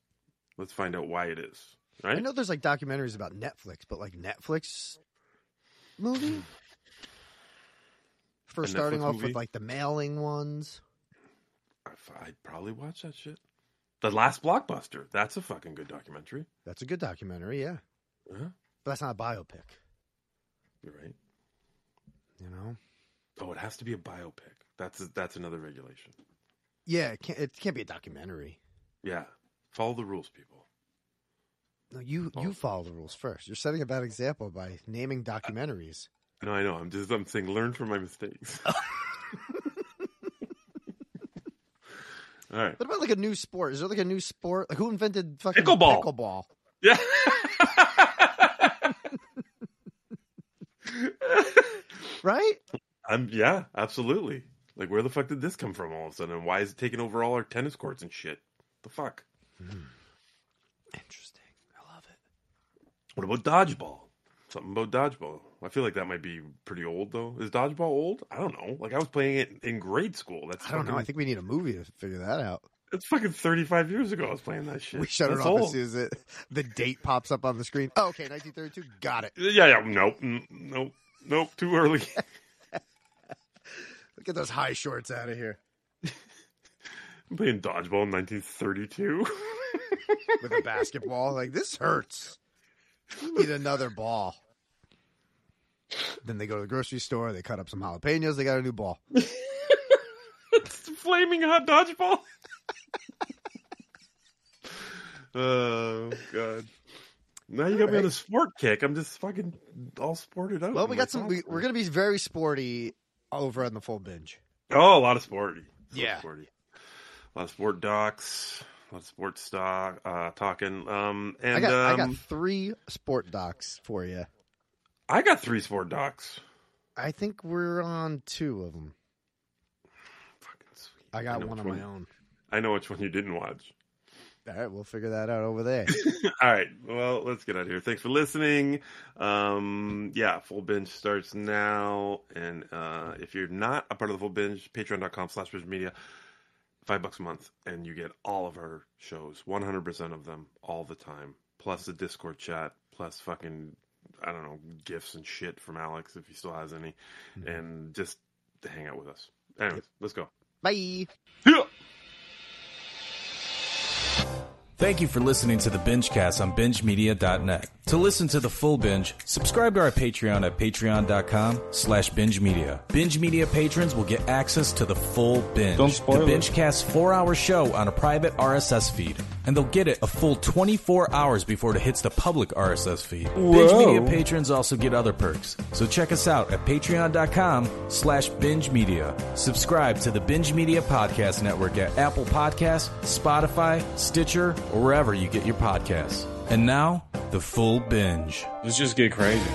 Let's find out why it is. Right?
I know there's like documentaries about Netflix, but like Netflix movie for
Hmm. A
starting
Netflix
off
movie?
with like the mailing ones.
I've- I'd probably watch that shit. The Last Blockbuster. That's a fucking good documentary.
That's a good documentary, yeah.
Yeah,
But that's not a biopic,
you're right.
you know.
Oh, it has to be a biopic. That's that's another regulation.
Yeah, it can't, it can't be a documentary.
Yeah, follow the rules, people.
No, you
Oh.
you follow the rules first. You're setting a bad example by naming documentaries.
No, I know. I'm just I'm saying learn from my mistakes. All right.
What about like a new sport? Is there like a new sport? Like who invented fucking
Pickleball.
Pickleball.
Yeah.
Right?
I'm yeah, absolutely. Like where the fuck did this come from all of a sudden? And why is it taking over all our tennis courts and shit? The fuck?
Hmm. Interesting. I love it.
What about dodgeball? Something about dodgeball. I feel like that might be pretty old though. Is dodgeball old? I don't know. Like I was playing it in grade school. That's
I don't know.
fucking-
I think we need a movie to figure that out.
it's fucking thirty five years ago. I was playing that shit.
We shut it
That's
off as
old.
soon as it, the date pops up on the screen. Oh, okay, 1932. Got it.
Yeah, yeah. Nope, n- nope, nope. Too early.
Get those high shorts out of here.
I'm playing dodgeball in 1932.
with a basketball. Like this hurts. Need another ball. Then they go to the grocery store. They cut up some jalapenos. They got a new ball.
it's flaming hot dodgeball. oh god. Now you got me on a sport kick. I'm just fucking all sported up.
Well,
I'm
we
like,
got some.
oh,
We, we're gonna be very sporty over on the full binge.
Oh, a lot of sporty. A lot of
Yeah.
sporty. A lot of sport docs. A lot of sports stock uh, talking. Um, and
I got I
um,
got three sport docs for you.
I got three sport docs.
I think we're on two of them.
Fucking sweet.
I got
know
one
which
on my own.
I know which one you didn't watch.
All right, we'll figure that out over there.
All right. Well, let's get out of here. Thanks for listening. Um, yeah, full binge starts now. And uh, if you're not a part of the full binge, patreon.com slash binge media, five bucks a month, and you get all of our shows, 100% of them, all the time, plus the Discord chat, plus fucking, I don't know, gifts and shit from Alex if he still has any, and just hang out with us. Anyways, let's go.
Bye.
Thank you for listening to the Bingecast on BingeMedia.net. To listen to the full binge, subscribe to our Patreon at patreon.com slash binge media. Binge media patrons will get access to the full binge.
Don't spoil
the
it.
Bingecast's four hour show on a private RSS feed. And they'll get it a full 24 hours before it hits the public RSS feed. Binge
Whoa.
media patrons also get other perks. So check us out at patreon.com slash binge media. Subscribe to the Binge Media Podcast Network at Apple Podcasts, Spotify, Stitcher, or wherever you get your podcasts. And now, the full binge.
Let's just get crazy.